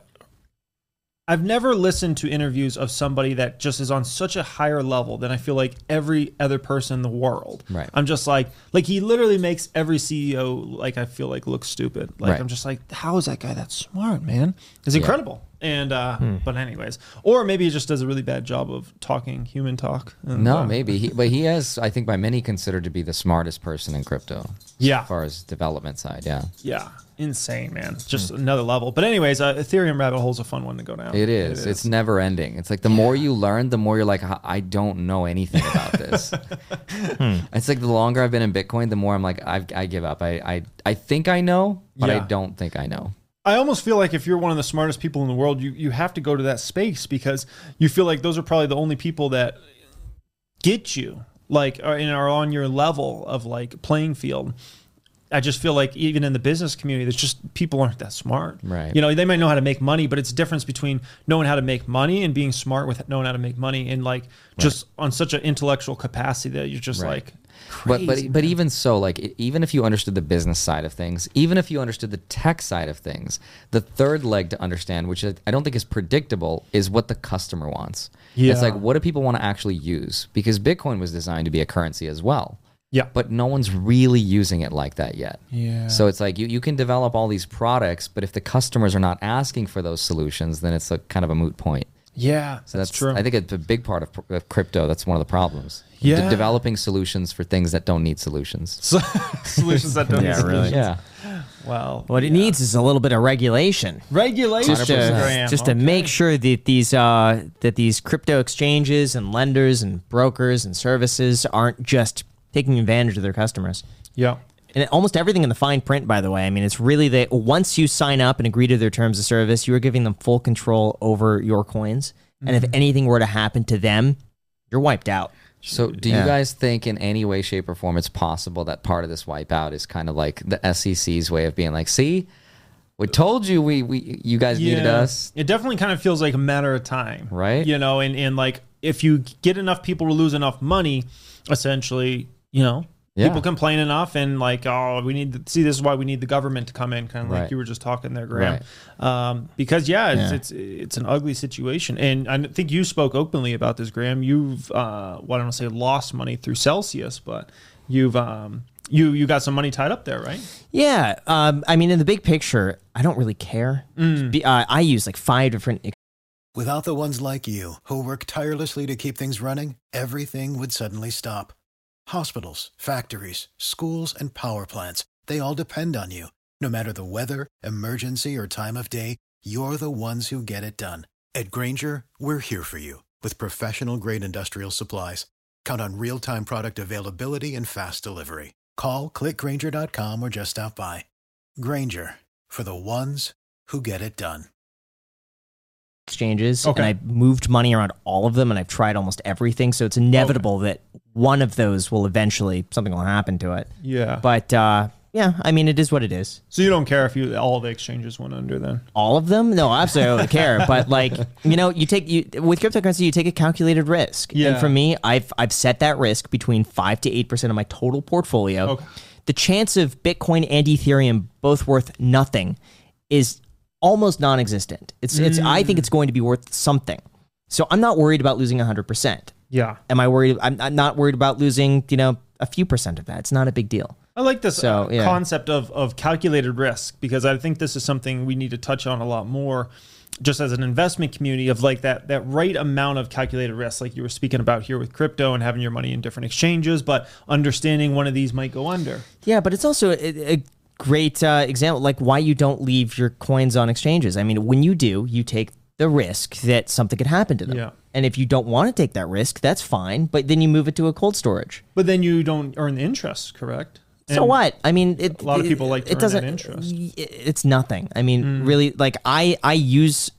B: I've never listened to interviews of somebody that just is on such a higher level than I feel like every other person in the world.
C: Right.
B: I'm just like, like he literally makes every CEO like I feel like look stupid. Like
C: Right.
B: I'm just like, how is that guy that smart, man? It's incredible. And uh, but anyways, or maybe he just does a really bad job of talking human talk. And,
C: No,
B: uh,
C: maybe, he, but he is, I think, by many considered to be the smartest person in crypto.
B: Yeah.
C: as far as development side, yeah,
B: Yeah, insane, man. Just another level. But anyways, uh, Ethereum rabbit hole's a fun one to go down.
C: it is. It's never ending. It's like the more you learn, the more you're like, "I- I don't know anything about this. It's like the longer I've been in Bitcoin, the more I'm like, I've, I give up. I, I, I think I know, but I
B: Yeah.
C: don't think I know.
B: I almost feel like if you're one of the smartest people in the world, you you have to go to that space because you feel like those are probably the only people that get you, like, are, and are on your level of like playing field. I just feel like even in the business community, there's just people aren't that smart.
C: Right.
B: You know, they might know how to make money, but it's a difference between knowing how to make money and being smart with knowing how to make money and like just on such an intellectual capacity that you're just
C: Right.
B: like,
C: but but but even so, like e- even if you understood the business side of things, even if you understood the tech side of things, the third leg to understand, which I I don't think is predictable, is what the customer wants.
B: Yeah.
C: It's like what do people want to actually use? Because Bitcoin was designed to be a currency as well.
B: yeah,
C: But no one's really using it like that yet.
B: Yeah.
C: So it's like you, you can develop all these products, but if the customers are not asking for those solutions, then it's a kind of a moot point.
B: yeah,
C: So
B: that's, true.
C: I think it's a big part of, pr- of crypto. That's one of the problems. De-
B: Yeah.
C: developing solutions for things that don't need solutions.
B: So- solutions that don't
A: Yeah,
B: exist.
A: really.
C: Yeah.
B: Wow.
A: What it needs is a little bit of regulation.
B: Regulation.
A: Just to, just to make sure that these uh, that these crypto exchanges and lenders and brokers and services aren't just taking advantage of their customers.
B: Yeah.
A: And almost everything in the fine print, by the way. I mean, it's really that once you sign up and agree to their terms of service, you are giving them full control over your coins. And
B: Mm-hmm.
A: if anything were to happen to them, you're wiped out.
C: So, do you guys think in any way, shape, or form it's possible that part of this wipeout is kind of like the SEC's way of being like, "See, we told you we we you guys needed us."
B: It definitely kind of feels like a matter of time.
C: Right.
B: You know, and, and like if you get enough people to lose enough money, essentially, you know,
C: Yeah.
B: people complain enough and like, oh, we need to see this is why we need the government to come in, kind of like
C: Right.
B: you were just talking there, Graham. Um, because yeah, it's, it's it's an ugly situation. And I think you spoke openly about this, Graham. You've uh well, I don't want to say lost money through Celsius, but you've um you you got some money tied up there, right?
A: Yeah, um, I mean, in the big picture, I don't really care.
B: Mm.
A: Be- uh, I use like five different
E: Without the ones like you, who work tirelessly to keep things running, everything would suddenly stop. Hospitals, factories, schools, and power plants, they all depend on you. No matter the weather, emergency, or time of day, you're the ones who get it done. At Granger, we're here for you with professional grade industrial supplies. Count on real time product availability and fast delivery. Call clickgranger.com or just stop by. Granger for the ones who get it done.
A: exchanges,
B: Okay.
A: and I moved money around all of them, and I've tried almost everything. So it's inevitable that one of those will eventually something will happen to it.
B: Yeah.
A: But uh, yeah, I mean, it is what it is.
B: So you don't care if you all the exchanges went under then?
A: all of them? No, absolutely I don't care. But like, you know, you take you with cryptocurrency, you take a calculated risk.
B: Yeah.
A: And for me, I've I've set that risk between five to eight percent of my total portfolio.
B: Okay.
A: The chance of Bitcoin and Ethereum both worth nothing is almost non-existent. It's it's I think it's going to be worth something. So I'm not worried about losing 100%.
B: Yeah.
A: Am I worried I'm, I'm not worried about losing, you know, a few percent of that. It's not a big deal.
B: I like this
A: So,
B: uh,
A: yeah.
B: concept of, of calculated risk because I think this is something we need to touch on a lot more just as an investment community of like that that right amount of calculated risk like you were speaking about here with crypto and having your money in different exchanges but understanding one of these might go under.
A: Yeah, but it's also a, a great uh, example, like why you don't leave your coins on exchanges. I mean, when you do, you take the risk that something could happen to them.
B: Yeah.
A: And if you don't want to take that risk, that's fine. But then you move it to a cold storage.
B: But then you don't earn the interest, correct?
A: So
B: And
A: what? I mean, it,
B: a lot of
A: it-
B: people like to
A: it
B: earn that
A: doesn't.
B: interest. Mm.
A: y- It's nothing. I mean, really, like I I use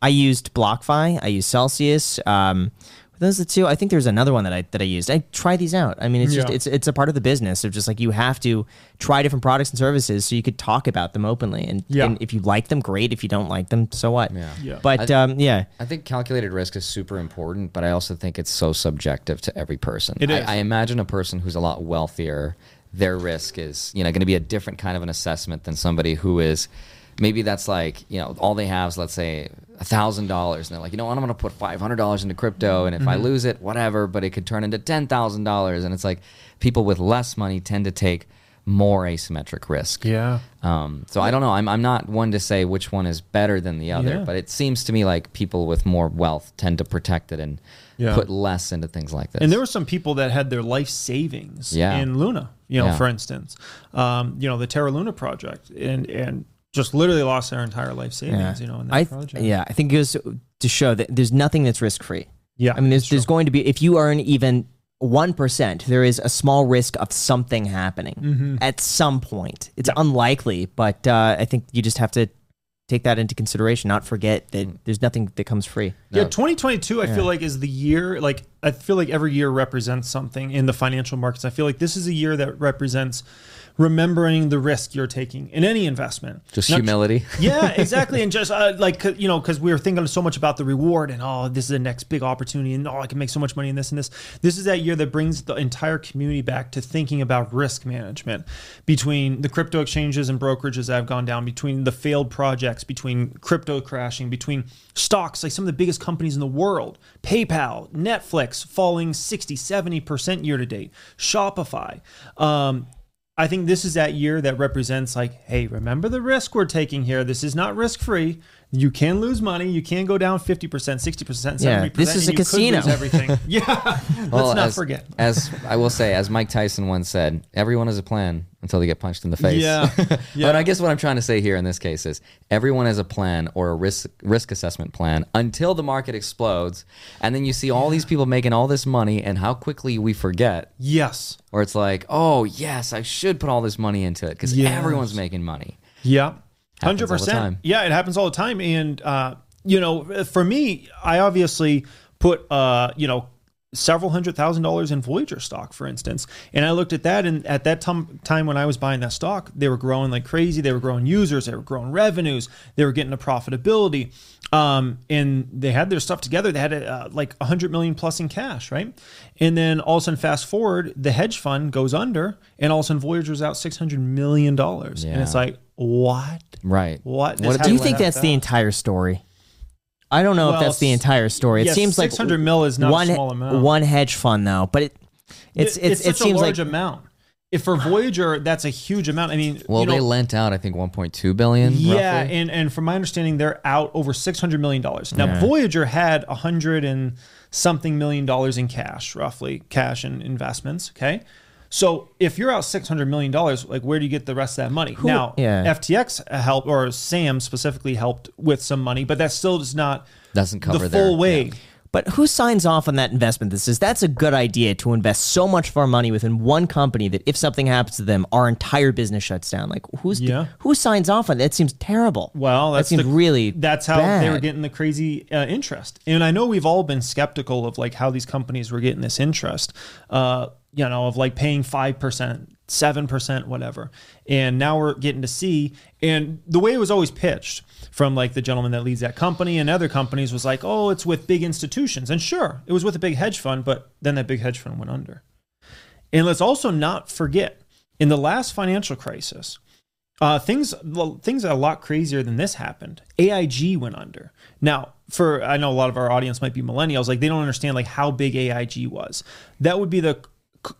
A: I used BlockFi, I use Celsius. Um, those are the two. I think there's another one that I that I used. I try these out. I mean, it's just
B: Yeah.
A: it's it's a part of the business of just like you have to try different products and services so you could talk about them openly. And,
B: Yeah.
A: and if you like them, great. If you don't like them, so what? Yeah.
B: Yeah.
A: But um, yeah.
C: I think calculated risk is super important, but I also think it's so subjective to every person.
B: It
C: I,
B: is.
C: I imagine a person who's a lot wealthier, their risk is you know going to be a different kind of an assessment than somebody who is maybe that's like you know all they have is let's say thousand dollars, and they're like you know what I'm going to put five hundred dollars into crypto, and if
B: Mm-hmm.
C: I lose it, whatever, but it could turn into ten thousand dollars, and it's like people with less money tend to take more asymmetric risk.
B: Yeah.
C: Um, so I don't know. I'm, I'm not one to say which one is better than the other,
B: Yeah.
C: but it seems to me like people with more wealth tend to protect it and
B: Yeah.
C: put less into things like this.
B: And there were some people that had their life savings
C: Yeah.
B: in Luna, you know,
C: Yeah.
B: for instance, um, you know, the Terra Luna project and, and just literally lost their entire life savings, you know, in that
A: I th-
B: project.
A: yeah, I think it goes to show that there's nothing that's risk free.
B: Yeah,
A: I mean, there's
B: that's
A: there's going to be if you earn even one percent, there is a small risk of something happening
B: Mm-hmm.
A: at some point. It's unlikely, but uh, I think you just have to take that into consideration. Not forget that
B: Mm.
A: there's nothing that comes free.
B: Yeah, 2022, I feel like is the year. Like I feel like every year represents something in the financial markets. I feel like this is a year that represents remembering the risk you're taking in any investment.
C: just
B: Not-
C: humility.
B: yeah, exactly, and just uh, like 'cause, you know, because we were thinking so much about the reward and oh, this is the next big opportunity, and oh, I can make so much money in this and this. This is that year that brings the entire community back to thinking about risk management between the crypto exchanges and brokerages that have gone down, between the failed projects, between crypto crashing, between stocks like some of the biggest companies in the world, PayPal, Netflix falling 60, 70 percent year to date, Shopify. Um, I think this is that year that represents like, hey, remember the risk we're taking here. This is not risk free. You can lose money. You can go down fifty percent, sixty percent,
A: Yeah,
B: seventy percent.
A: this is a casino.
B: everything. yeah, let's
C: Well,
B: not
C: as,
B: forget.
C: as I will say, as Mike Tyson once said, everyone has a plan until they get punched in the face.
B: Yeah.
C: but I guess what I'm trying to say here in this case is everyone has a plan or a risk risk assessment plan until the market explodes, and then you see all these people making all this money, and how quickly we forget
B: Yes.
C: or it's like, oh yes, I should put all this money into it because
B: Yes.
C: everyone's making money.
B: Yeah.
C: Happens
B: Hundred
C: all the time.
B: percent. Yeah, it happens all the time. And uh, you know, for me, I obviously put uh, you know, several hundred thousand dollars in Voyager stock, for instance. And I looked at that and at that tum- time when I was buying that stock, they were growing like crazy. They were growing users, they were growing revenues, they were getting to profitability. Um, and they had their stuff together. They had uh, like 100 million plus in cash, right? And then all of a sudden, fast forward, the hedge fund goes under, and all of a sudden, Voyager's out 600 million dollars. And it's
C: Yeah.
B: like, what?
C: Right.
B: What?
C: What
B: This
C: if-
A: Do you
B: happened
A: think
B: like
A: that's the entire story? I don't know
B: Well,
A: if that's the
B: s-
A: entire story. It
B: yes,
A: seems like
B: 600 mil is not a
A: one,
B: small amount.
A: One hedge fund though, but it it's it's,
B: such
A: it seems
B: a large
A: like
B: amount. If for Voyager, that's a huge amount. I mean,
C: Well,
B: you know,
C: they lent out I think 1.2 billion.
B: Yeah,
C: roughly.
B: and and from my understanding, they're out over six hundred million dollars. Now, Voyager had a hundred and something million dollars in cash, roughly cash and investments. Okay, so if you're out six hundred million dollars, like where do you get the rest of that money? now,
A: yeah.
B: FTX helped or Sam specifically helped with some money, but that still does not
C: Doesn't cover
B: the
C: their-
B: full way.
A: But who signs off on that investment that says that's a good idea to invest so much of our money within one company that if something happens to them, our entire business shuts down? Like who's
B: Yeah.
A: who signs off on that? That seems terrible.
B: Well, that's
A: that seems
B: the-
A: really
B: That's how they were
A: bad.
B: getting the crazy uh, interest. And I know we've all been skeptical of like how these companies were getting this interest. Uh, you know, of like paying five percent, seven percent, whatever. And now we're getting to see. And the way it was always pitched from like the gentleman that leads that company and other companies was like, oh, it's with big institutions. And sure, it was with a big hedge fund, but then that big hedge fund went under. And let's also not forget, in the last financial crisis, uh, things well, things are a lot crazier than this happened. AIG went under. Now, for I know a lot of our audience might be millennials, like they don't understand like how big AIG was. That would be the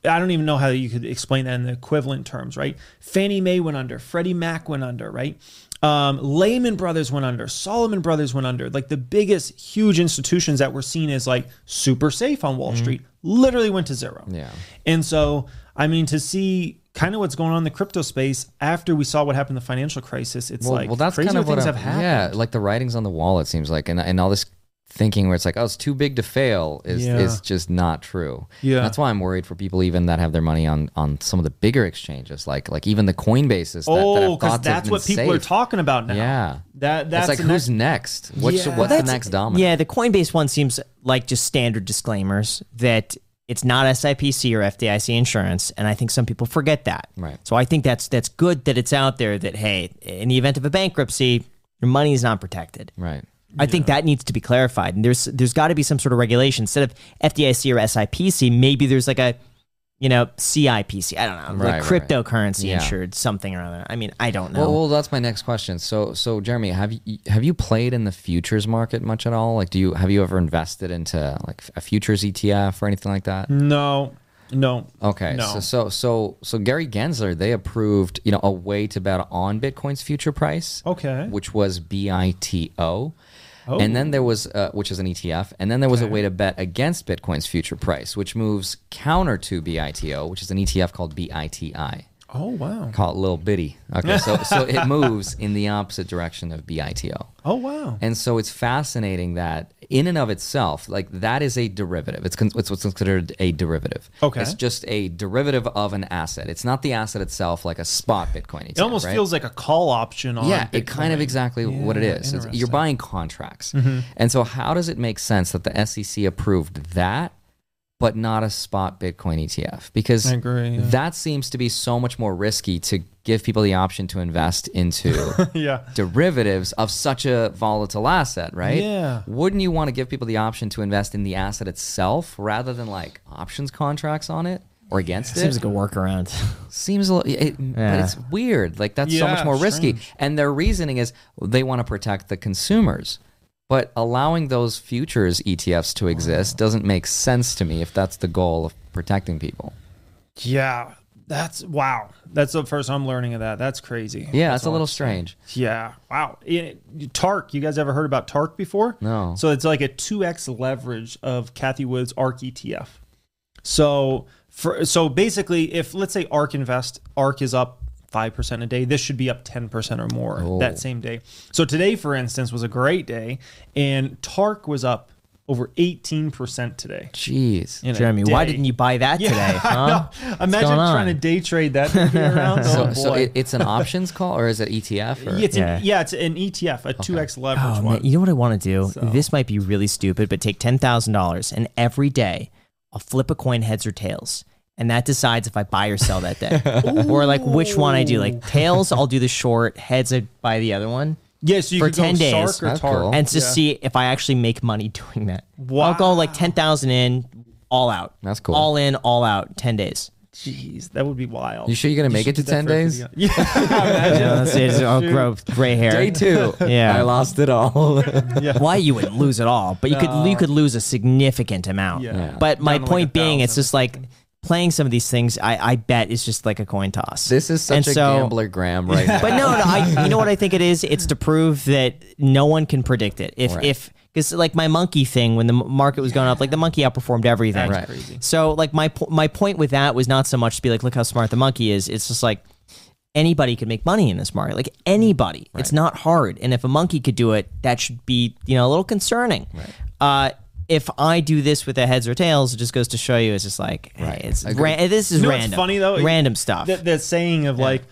B: I don't even know how you could explain that in the equivalent terms, right? Fannie Mae went under, Freddie Mac went under, right? Um, Lehman Brothers went under, Solomon Brothers went under, like the biggest, huge institutions that were seen as like super safe on Wall Street literally went to zero.
C: Yeah.
B: And so, I mean, to see kind of what's going on in the crypto space after we saw what happened in the financial crisis, it's
C: Well,
B: like
C: well, that's
B: crazier
C: kind of what
B: things
C: I'm-
B: have happened.
C: Yeah, like the writing's on the wall. It seems like, and and all this thinking where it's like, oh, it's too big to fail is
B: Yeah.
C: is just not true.
B: Yeah.
C: That's why I'm worried for people even that have their money on on some of the bigger exchanges, like like even the Coinbases. That, that
B: oh,
C: I've
B: because
C: thought to have
B: that's
C: been
B: what people are
C: safe.
B: talking about now.
C: Yeah.
B: That that's
C: it's
B: the
C: like who's
B: next-
C: next? What's
B: Yeah.
C: what's the
B: That's-
C: next dominant?
A: Yeah, the Coinbase one seems like just standard disclaimers that it's not SIPC or FDIC insurance, and I think some people forget that.
C: Right.
A: So I think that's that's good that it's out there. That hey, in the event of a bankruptcy, your money is not protected.
C: Right.
A: I think that needs to be clarified, and there's there's got to be some sort of regulation instead of FDIC or SIPC. Maybe there's like a you know CIPC. I don't know,
C: Right, right, right.
A: like cryptocurrency
C: Yeah.
A: insured something or other. I mean, I don't know.
C: Well, well, that's my next question. So, so Jeremy, have you have you played in the futures market much at all? Like, do you have you ever invested into like a futures ETF or anything like that?
B: No, no.
C: Okay,
B: Mm. No.
C: so, so so so Gary Gensler they approved you know a way to bet on Bitcoin's future price.
B: Okay. Oh.
C: which was BITO. And then there was, uh, which is an ETF, and then there was a way to bet against Bitcoin's future price, which moves counter to BITO, which is an E ETF called BITI.
B: Oh wow.
C: Call it little bitty. Okay, so so it moves in the opposite direction of BITO.
B: Oh wow.
C: And so it's fascinating that in and of itself, like that is a derivative. It's, con- it's what's considered a derivative.
B: Okay.
C: It's just a derivative of an asset. It's not the asset itself like a spot Bitcoin.
B: It almost feels like a call option on.
C: yeah, it kind of
B: Bitcoin.
C: exactly what it
B: Yeah,
C: is. It's- you're
B: interesting. Mm-hmm.
C: buying contracts. And so how does it make sense that the SEC approved that but not a spot Bitcoin ETF? Because
B: I agree, yeah.
C: that seems to be so much more risky to give people the option to invest into
B: Yeah.
C: derivatives of such a volatile asset, right?
B: Yeah.
C: Wouldn't you want to give people the option to invest in the asset itself rather than like options contracts on it or against it?
A: seems like a workaround.
C: Seems a little, it, but
A: Yeah.
C: it's weird. Like that's so
B: Yeah,
C: much more risky. And their reasoning is they want to protect the consumers. But allowing those futures ETFs to exist doesn't make sense to me if that's the goal of protecting people.
B: Yeah. That's wow. That's the first I'm learning of that. That's crazy.
C: Yeah, that's, a little strange.
B: Yeah. Wow. It, Tark. You guys ever heard about Tark before?
C: No.
B: So it's like a two x leverage of Kathy Wood's ARC ETF. So for so basically, if let's say ARC Invest, ARC is up five percent a day, this should be up ten percent or more that same day. So today, for instance, was a great day, and Tark was up over eighteen percent today.
C: Jeez.
B: in a
A: Jeremy, why
B: day.
A: didn't you buy that today? Huh?
B: Imagine
A: going
B: trying
A: on?
B: to day trade that thing around.
C: So,
B: oh,
C: so
B: boy.
C: it, it's an options call or is it ETF? Or?
B: It's
A: Yeah.
B: An, yeah, it's an ETF, a two X leverage
A: Oh,
B: one.
A: man, you know what I want to do? This might be really stupid, but take ten thousand dollars and every day I'll flip a coin heads or tails. And that decides if I buy or sell that day. or like which one I do. Like tails, I'll do the short, heads I buy the other one.
B: yeah, so you
A: for
B: could go
A: 10 days.
B: Sark or
C: That's
B: Tark.
C: cool.
A: And just see if I actually make money doing that.
B: Wow.
A: I'll go like ten thousand in, all out.
C: That's cool.
A: All in, all out, ten days.
B: Jeez, that would be wild.
C: You sure you're gonna make it
B: should
C: to
B: do that
C: 10
B: for a
C: days?
B: video. Yeah,
A: Yeah, that's it. I'll grow gray hair.
C: Day two.
A: Yeah.
C: I lost it all.
A: why you wouldn't lose it all, but you could you could lose a significant amount.
B: Yeah.
A: But my
B: Down to like
A: point
B: a
A: being, it's
B: thousand
A: just like playing some of these things. I, I bet is just like a coin toss.
C: this is such
A: And
C: a
A: so-
C: gambler gram right now.
A: But no, no, I, you know what I think it is? It's to prove that no one can predict it. If
C: Right.
A: if because like my monkey thing when the m- market was going up, like the monkey outperformed everything.
C: That's Right. crazy.
A: So like my po- my point with that was not so much to be like, look how smart the monkey is. It's just like anybody could make money in this market. Like anybody, it's not hard. And if a monkey could do it, that should be you know a little concerning. Uh, if I do this with the heads or tails, it just goes to show you it's just like hey, it's ran- this is
B: You know what's
A: random.
B: funny though,
A: random stuff.
B: That, that saying of like,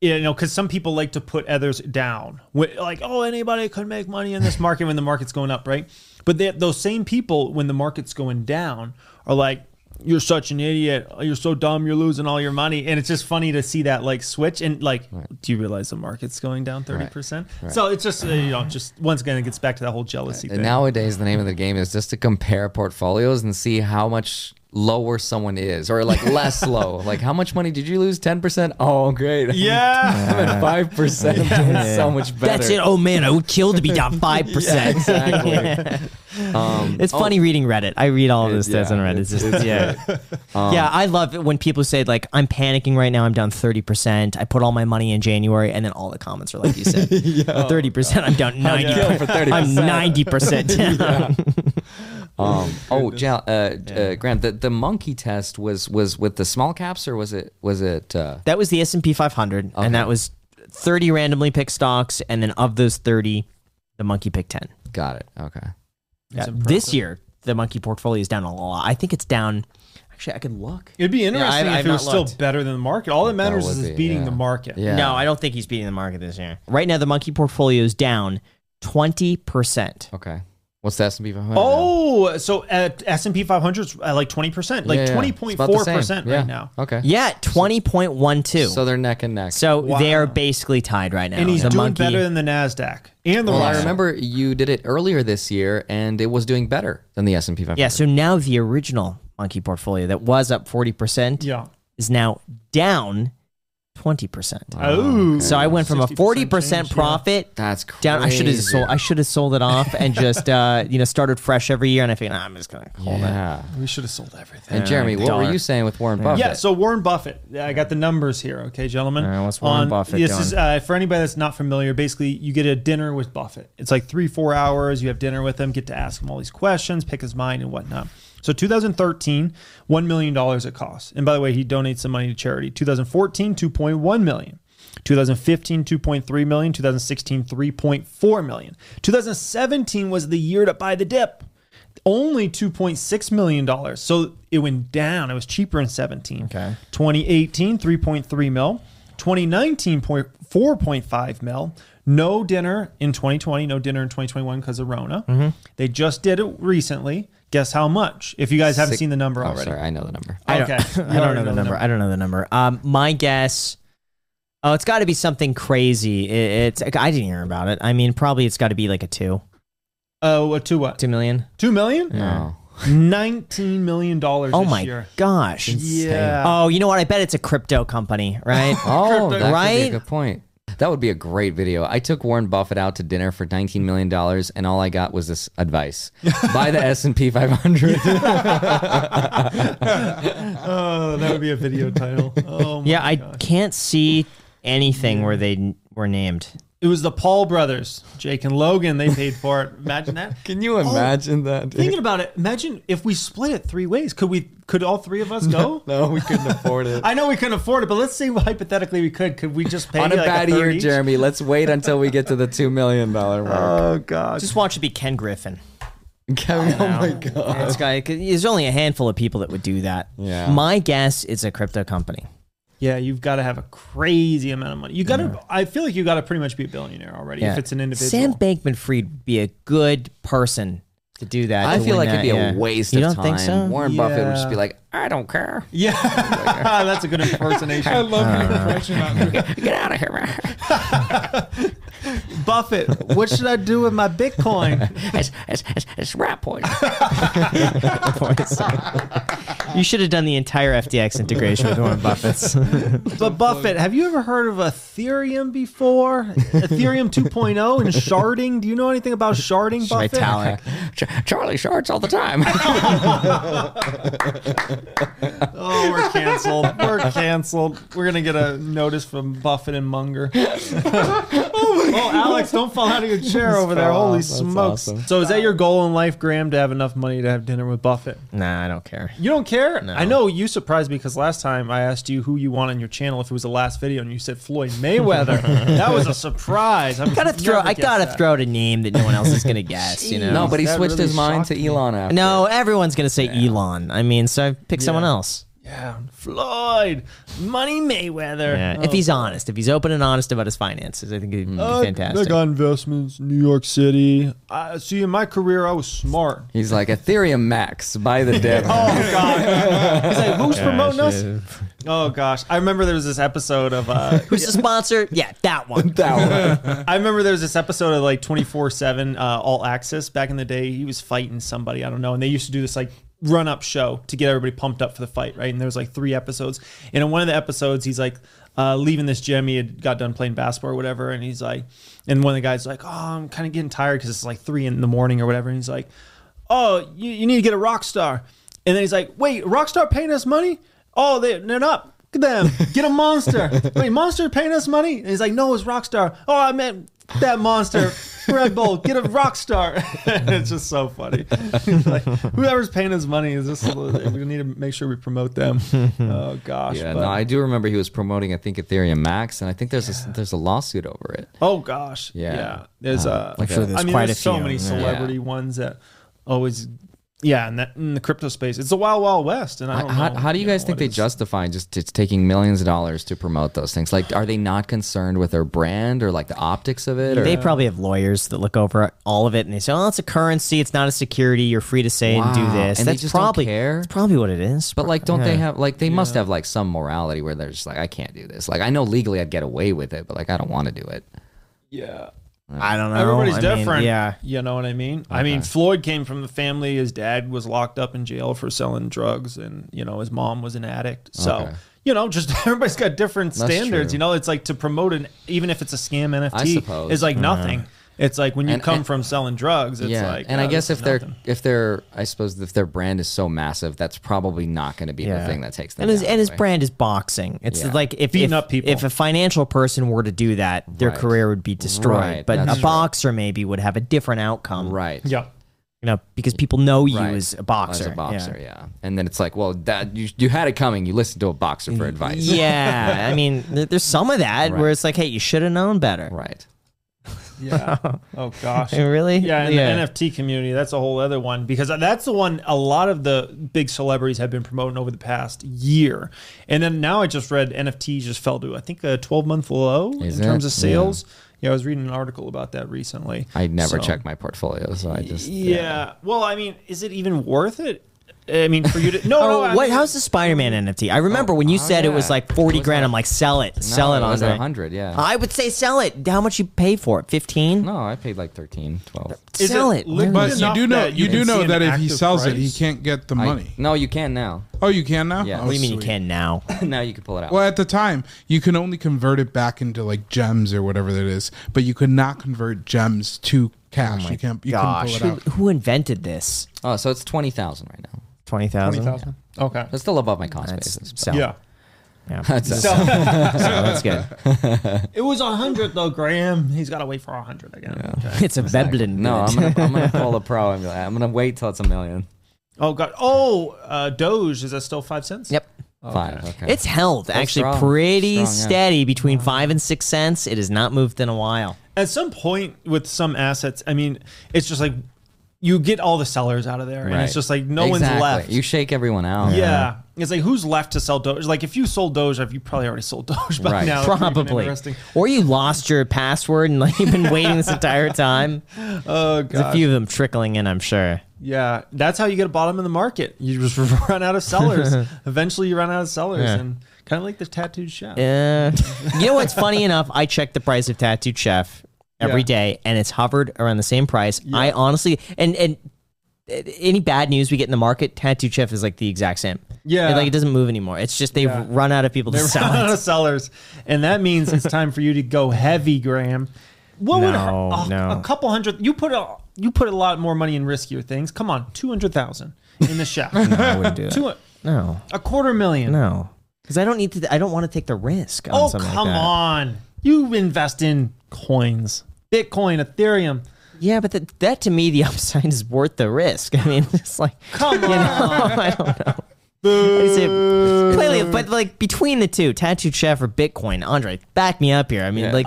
B: you know, because some people like to put others down, Wh- like, oh, anybody could make money in this market when the market's going up, right? But that those same people, when the market's going down, are like, you're such an idiot, Oh, you're so dumb, you're losing all your money, and it's just funny to see that like switch and like, do you realize the market's going down thirty percent? So it's just uh, you know, just once again, it gets back to that whole jealousy
C: And
B: thing.
C: Nowadays, the name of the game is just to compare portfolios and see how much lower someone is, or like less low. Like, how much money did you lose? Ten percent. Oh, great.
B: yeah.
C: I'm at five percent. So much better.
A: That's it. Oh man, I would kill to be down five percent.
C: Exactly. um,
A: It's funny reading Reddit. I read all of this stuff
C: yeah,
A: on Reddit. It's just, yeah,
C: Um,
A: yeah. I love it when people say like, "I'm panicking right now. I'm down thirty percent. I put all my money in January," and then all the comments are like you said, "Oh, thirty percent. I'm down ninety.
C: kill for
A: I'm
C: 30%."
A: ninety percent down.
C: um, oh, ja, uh, uh, Grant, the, the monkey test was was with the small caps, or was it was it? Uh,
A: That was the S and P 500, and that was thirty randomly picked stocks, and then of those thirty, the monkey picked ten.
C: got it. Okay.
A: Yeah, this year, the monkey portfolio is down a lot. I think it's down. Actually, I could look.
B: It'd be
A: I-
B: interesting
A: I've
B: if it
A: not
B: was
A: looked.
B: still better than the market. All that matters
C: would
B: is
C: be,
B: it's beating
C: yeah.
B: the market.
C: Yeah.
A: No, I don't think he's beating the market this year. Right now, the monkey portfolio is down twenty percent.
C: Okay. What's the S and P 500?
B: Oh, so at S and P 500's at like twenty percent, like twenty point four percent right now.
C: Okay.
A: Yeah, twenty point one two.
C: So they're neck and neck.
A: So
B: Wow.
A: they are basically tied right now.
B: And he's
A: the
B: doing
A: monkey, Oh,
B: better than the Nasdaq and the
C: well, I
B: Russell.
C: remember you did it earlier this year, and it was doing better than the S and P 500.
A: yeah. So now the original monkey portfolio that was up forty percent
B: Yeah.
A: is now down twenty percent.
B: Oh.
A: So I went from a
B: 60%
A: forty percent
B: change, yeah.
A: profit
C: That's crazy.
A: down. I should have sold. I should have sold it off and just uh, you know started fresh every year. And I figured, "Nah, I'm just gonna hold it.
C: yeah.
B: We should have sold everything.
C: And Jeremy, what were
A: Darn.
C: you saying with Warren Buffett?
B: Yeah, so Warren Buffett. Yeah, I got the numbers here, okay, gentlemen.
C: right, what's Warren
B: On-
C: Buffett
B: This
C: doing?
B: is uh, for anybody that's not familiar. Basically, you get a dinner with Buffett. It's like three, four hours. You have dinner with him, get to ask him all these questions, pick his mind, and whatnot. So 2013, one million dollars it costs. And by the way, he donates some money to charity. 2014, 2.1 million. 2015 2.3 million 2016 3.4 million 2017 was the year to buy the dip only 2.6 million dollars so it went down it was cheaper in 17 okay 2018 3.3 mil 2019 point- 4.5 mil no dinner in 2020 no dinner in 2021 because of rona
C: Mm-hmm.
B: they just did it recently guess how much if you guys haven't
C: Six-
B: seen the number
C: Oh,
B: already
C: sorry, I know the number.
A: I don't,
B: okay You
A: I don't
B: already
A: know the number. I don't know the number. Um, my guess. Oh, it's got to be something crazy. It, it's I didn't hear about it. I mean, probably it's got to be like a two,
B: oh uh, to what
A: two million.
B: two million
C: No.
B: 19 million dollars
A: Oh
B: this
A: my
B: year
A: gosh!
B: yeah
A: Oh, you know what? I bet it's a crypto company, right?
C: Oh, that could be a
A: Right?
C: good point. That would be a great video. I took Warren Buffett out to dinner for $19 million, and all I got was this advice. Buy the S&P 500.
B: Oh, that would be a video title. Oh, my.
A: yeah, I can't see anything where they n- were named.
B: It was the Paul brothers, Jake and Logan. They paid for it. Imagine that.
C: Can you imagine that? dude?
B: Thinking about it, imagine if we split it three ways. Could we? Could all three of us go?
C: No, we couldn't afford it.
B: I know we couldn't afford it, but let's say hypothetically we could. Could we just pay
C: On a
B: like
C: bad
B: third
C: year,
B: each?
C: Jeremy, let's wait until we get to the $2 million mark.
B: Oh God.
A: Just watch it be Ken Griffin.
B: Uh,
C: Kevin, oh my God.
A: This guy, 'cause there's only a handful of people that would do that.
C: Yeah.
A: My guess it's a crypto company.
B: Yeah, you've got to have a crazy amount of money. You got to. I feel like you got to pretty much be a billionaire already
A: Yeah.
B: if it's an individual.
A: Sam Bankman Fried would be a good person to do that.
C: I
A: to
C: feel
A: win
C: like it'd
A: that,
C: be
A: yeah.
C: a waste
A: you don't
C: of time.
A: Think so?
C: Warren Buffett would just
B: Yeah.
C: be like, I don't care.
B: yeah, that's a good impersonation.
D: I love your impression. of it.
C: Get out of here, man.
B: Buffett, what should I do with my Bitcoin?
C: It's, it's, it's, it's rat poison.
B: Oh,
A: You should have done the entire FTX integration with Warren Buffett's.
B: But Buffett, have you ever heard of Ethereum before? Ethereum 2.0 and sharding. Do you know anything about sharding, Buffett?
A: Vitalik.
C: Ch- Charlie shorts all the time.
B: Oh, we're canceled. We're canceled. We're gonna get a notice from Buffett and Munger. oh, Alex, don't fall out of your chair over there. Holy smokes! So, is that your goal in life, Graham, to have enough money to have dinner with Buffett?
A: Nah, I don't care.
B: You don't care? I know you surprised me because last time I asked you who you want on your channel if it was the last video, and you said Floyd Mayweather. that was a surprise. I'm
A: Gotta throw. I gotta
B: throw.
A: throw out a name that no one else is gonna guess. You know.
C: no, but he
B: That
C: switched
B: really
C: his mind
B: shocked
C: to Elon after.
A: No, everyone's gonna say Elon. I mean, so pick someone else.
B: Yeah, Floyd, Money Mayweather.
A: Yeah, if he's honest, if he's open and honest about his finances, I think it'd be
B: Oh,
A: fantastic.
B: I got investments, New York City. I Uh, see in my career, I was smart.
C: He's like Ethereum Max, buy the dip.
B: Oh God! He's like, who's promoting us? Oh gosh! I remember there was this episode of. Uh,
A: Who's the sponsor? Yeah, that one.
C: That one.
B: I remember there was this episode of like twenty four seven uh, all access back in the day. He was fighting somebody I don't know, and they used to do this like run up show to get everybody pumped up for the fight, right? And there was like three episodes, and in one of the episodes, he's like uh, leaving this gym. He had got done playing basketball or whatever, and he's like, and one of the guys like, oh, I'm kind of getting tired because it's like three in the morning or whatever, and he's like, oh, you, you need to get a rock star, and then he's like, wait, rock star paying us money? Oh, they, they're not. Look at them. Get a monster. Wait, monster paying us money? And he's like, no, it's Rockstar. Oh, I meant that monster. Red Bull, get a Rockstar. it's just so funny. like, whoever's paying us money is just, we need to make sure we promote them. Oh, gosh.
C: Yeah,
B: but-
C: no, I do remember he was promoting, I think, Ethereum Max, and I think there's a, there's a lawsuit over it.
B: oh, gosh.
C: Yeah.
B: Yeah. There's, uh,
A: I'm sure there's
B: I mean,
A: quite
B: there's
A: a
B: so
A: few.
B: many
A: Yeah.
B: celebrity ones that always, yeah, and that in the crypto space, it's the wild wild west. And I don't
C: How,
B: know,
C: how do you guys
B: know, Oh,
C: think
B: what
C: they
B: is-
C: justify just it's taking millions of dollars to promote those things? Like, are they not concerned with their brand or like the optics of it? Or,
A: They probably have lawyers that look over all of it and they say, "Oh, it's a currency. It's not a security. You're free to say and do
C: Wow.
A: this."
C: And they
A: that's
C: just don't
A: probably
C: care?
A: that's probably what it is.
C: but like, don't
A: Yeah.
C: they have like they must have like some morality where they're just like, I can't do this. Like, I know legally I'd get away with it, but like, I don't want to do it.
B: yeah.
A: I don't know.
B: Everybody's
A: I mean,
B: different.
A: yeah.
B: You know what I mean? I mean, Floyd came from the family. His dad was locked up in jail for selling drugs, and, you know, his mom was an addict. So,
C: Okay.
B: you know, just everybody's got different
C: That's
B: standards.
C: true.
B: You know, it's like to promote an, even if it's a scam NFT,
C: suppose.
B: is like nothing. It's like when you
C: And-
B: come
C: and-
B: from selling drugs, it's
C: yeah,
B: like.
C: and I
B: uh,
C: guess
B: this
C: if
B: is
C: they're
B: nothing.
C: if they're I suppose if their brand is so massive, that's probably not going to be the
A: Yeah.
C: thing that takes them.
A: And his
C: down
A: and his
C: anyway.
A: brand is boxing. It's
C: Yeah.
A: like if
B: Beating
A: if,
B: up people.
A: if a financial person were to do that, their
C: Right.
A: career would be destroyed.
C: Right,
A: But
C: that's
A: a
C: true.
A: boxer maybe would have a different outcome,
C: right?
B: Yeah.
A: You know, because people know you
C: Right.
A: as a boxer.
C: As a boxer,
A: Yeah.
C: yeah. And then it's like, well, that you you had it coming. You listened to a boxer for advice,
A: Yeah, I mean, there- there's some of that
C: Right.
A: where it's like, hey, you should have known better.
C: right?
B: Yeah. oh, gosh.
A: Really?
B: Yeah, and the NFT community, that's a whole other one because that's the one a lot of the big celebrities have been promoting over the past year. And then now I just read NFTs just fell to I think a 12 month low
C: Is
B: in terms
C: it?
B: of sales. Yeah. I was reading an article about that recently.
C: I never
B: So-
C: check my portfolio, so I just
B: Yeah. Well, I mean, is it even worth it? I mean, for you to no, no
A: Oh,
B: I
A: what?
B: mean-
A: How's the Spider-Man NFT? I remember when you
C: oh,
A: said it
C: yeah.
A: was like
C: It
A: forty
C: was
A: grand.
C: like-
A: I'm like, sell it, sell
C: No,
A: it, Uh,
C: it was
A: Andre.
C: 100, yeah.
A: I would say sell it. How much you pay for it? Fifteen.
C: No, I paid like 13, 12.
B: Is
A: Sell
B: it
A: it.
B: liquid?
A: Why
D: But
A: not?
B: enough
D: you do know
B: that you
D: you,
B: can
D: do
B: see
D: know
B: an
D: that if he
B: active
D: sells it, he
B: price.
D: can't get the
C: I-
D: money.
C: no, you can now.
D: Oh, you can now.
C: Yeah.
D: Oh,
C: What
A: What do you mean you
D: sweet.
A: can now?
C: now you can pull it out.
D: Well, at the time, you can only convert it back into like gems or whatever that is, but you could not convert gems to cash. you can't. You
A: Gosh, who,
D: couldn't pull it out.
A: who invented this?
C: Oh, so it's 20,000 right now.
A: Twenty thousand.
B: Okay.
C: That's still above my cost basis.
A: Sell.
B: Yeah.
A: Yeah.
C: That's
B: So
A: So that's good.
B: it was a hundred though, Graham. He's got to wait for a hundred again. Okay.
A: It's a Veblen.
C: no,
A: good.
C: I'm gonna I'm gonna pull a pro. I'm gonna, I'm gonna wait till it's a million.
B: Oh God. Oh, uh, Doge. Is that still five cents?
A: Yep.
C: Five. Okay.
A: It's held actually
C: strong.
A: pretty
C: Strong, yeah.
A: steady between five and six cents. It has not moved in a while.
B: At some point with some assets, I mean, it's just like you get all the sellers out of there, and it's
C: Right.
B: just like no
C: Exactly.
B: one's left.
C: You shake everyone out.
B: yeah. It's like who's left to sell Doge? Like if you sold Doge, if you probably already sold Doge by
C: Right.
B: now. if you're even
A: Probably.
B: Interesting.
A: Or you lost your password and like you've been waiting this entire time.
B: Oh
A: There's a
B: God.
A: few of them trickling in, I'm sure.
B: yeah. That's how you get a bottom in the market. You just run out of sellers. Eventually, you run out of sellers,
A: Yeah.
B: and kind of like the tattooed chef.
A: Uh, you know what's funny enough? I check the price of Tattooed Chef every
B: Yeah.
A: day, and it's hovered around the same price. I honestly and and uh, any bad news we get in the market, Tattooed Chef is like the exact same.
B: Yeah.
A: It, like it doesn't move anymore. It's just they've
B: Yeah.
A: run out of people to
B: They're
A: sell
B: running out
A: it.
B: of sellers, and that means it's time for you to go heavy, Graham. What would
A: No,
B: a,
A: no.
B: a couple hundred? You put a you put a lot more money in riskier things. Come on, two hundred thousand in the chef,
A: I wouldn't do
B: two
A: that. No,
B: a quarter million.
A: no, because I don't need to. I don't want to take the risk. On
B: oh
A: something like
B: come
A: that.
B: on! You invest in coins, Bitcoin, Ethereum.
A: Yeah, but that that to me, the upside is worth the risk. I mean, it's like
B: Come on!
A: I don't know. Is it- clearly, but like between the two, tattooed chef or Bitcoin, Andre, back me up here. I mean,
C: Yeah.
B: Oh,
A: like,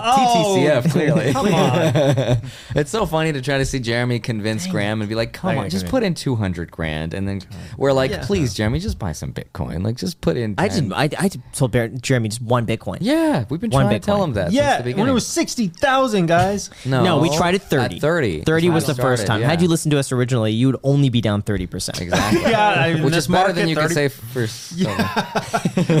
C: TTCF, clearly.
B: Come on!
C: It's so funny to try to see Jeremy convince Graham and be like, "Come on, just put in two hundred grand," and then we're like, "Please, Jeremy, just buy some Bitcoin. Like, just put in." 10.
A: I just, I, I told Bar- Jeremy just one Bitcoin.
C: yeah, we've been
A: One
C: trying to tell
A: Bitcoin.
C: him that.
B: yeah,
C: since the
B: when it
C: beginning.
B: was sixty thousand, guys.
C: no,
A: No, we tried at
C: Oh, At
A: 30.
C: 30.
A: was
C: That's
A: the
C: how it
A: first
C: started,
A: time.
C: yeah.
A: Had you listened to us originally, you would only be down 30%.
C: exactly,
B: Yeah, I mean,
C: which
B: this
C: is better than
B: market,
C: you can
B: 30
C: say for. so-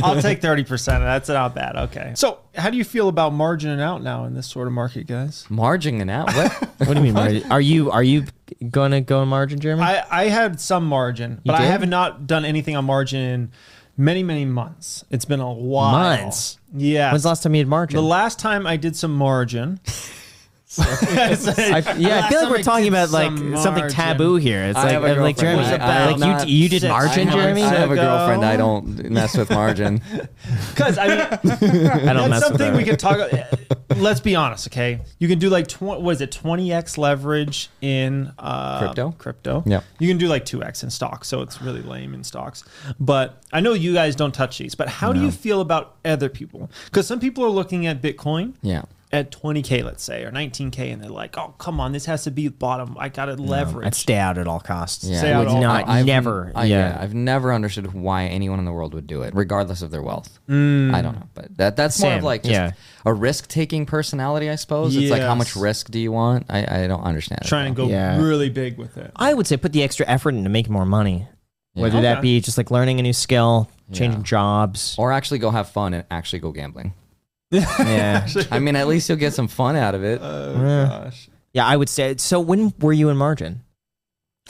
B: I'll take thirty percent. That's not bad. Okay. So, how do you feel about margining out now in this sort of market, guys?
C: Margining out. What?
A: What do you mean? Marty? Are you are you going to go on margin, Jeremy?
B: I I had some margin, but I
A: did?
B: have not done anything on margin in many many months. It's been a while.
A: Months?
B: Yeah.
A: When's the last time you had margin?
B: The last time I did some margin.
A: I, yeah, I
B: Last
A: feel
B: time
A: like we're
B: I
A: talking
B: did
A: about like
B: some
A: something
B: margin.
A: taboo here. It's
C: I
A: like,
C: have a
A: I'm like
C: girlfriend.
A: Jeremy,
B: I- I
A: like
B: am
A: you,
C: not-
A: you did margin,
B: I am-
A: Jeremy.
C: I have a
B: ago.
C: girlfriend. I don't mess with margin.
B: Because I mean,
A: I don't
B: that's
A: mess with
B: something
A: her.
B: we could talk. uh, Let's be honest, okay? You can do like tw- what is it, twenty x leverage in uh,
C: Crypto?
B: Crypto.
C: Yep.
B: You can do like two x in stocks, so it's really lame in stocks. But I know you guys don't touch these. But how do you feel about other people? Because some people are looking at Bitcoin
C: Yeah.
B: at 20k, let's say, or 19k, and they're like, "Oh, come on, this has to be the bottom. I got to leverage."
A: I'd stay out at all costs.
C: Yeah.
B: Stay out
A: would
B: at all
A: not,
C: Uh, I've-
A: Uh, never.
C: I-
A: yeah.
C: I've never understood why anyone in the world would do it, regardless of their wealth. I don't know, but that that's more
A: Same,
C: of like just
A: yeah.
C: a risk taking personality, I suppose. It's like how much
B: Yes.
C: risk do you want? I, I don't understand. it,
B: Trying to
C: though.
B: go
A: Yeah.
B: really big with it.
A: I would say put the extra effort in to make more money. Whether that
B: Okay.
A: be just like learning a new skill, changing
C: Yeah.
A: jobs.
C: or actually go have fun and actually go gambling.
A: yeah.
C: I mean, at least you'll get some fun out of it.
B: Oh
A: Yeah.
B: gosh.
A: Yeah, I would say. So when were you in margin?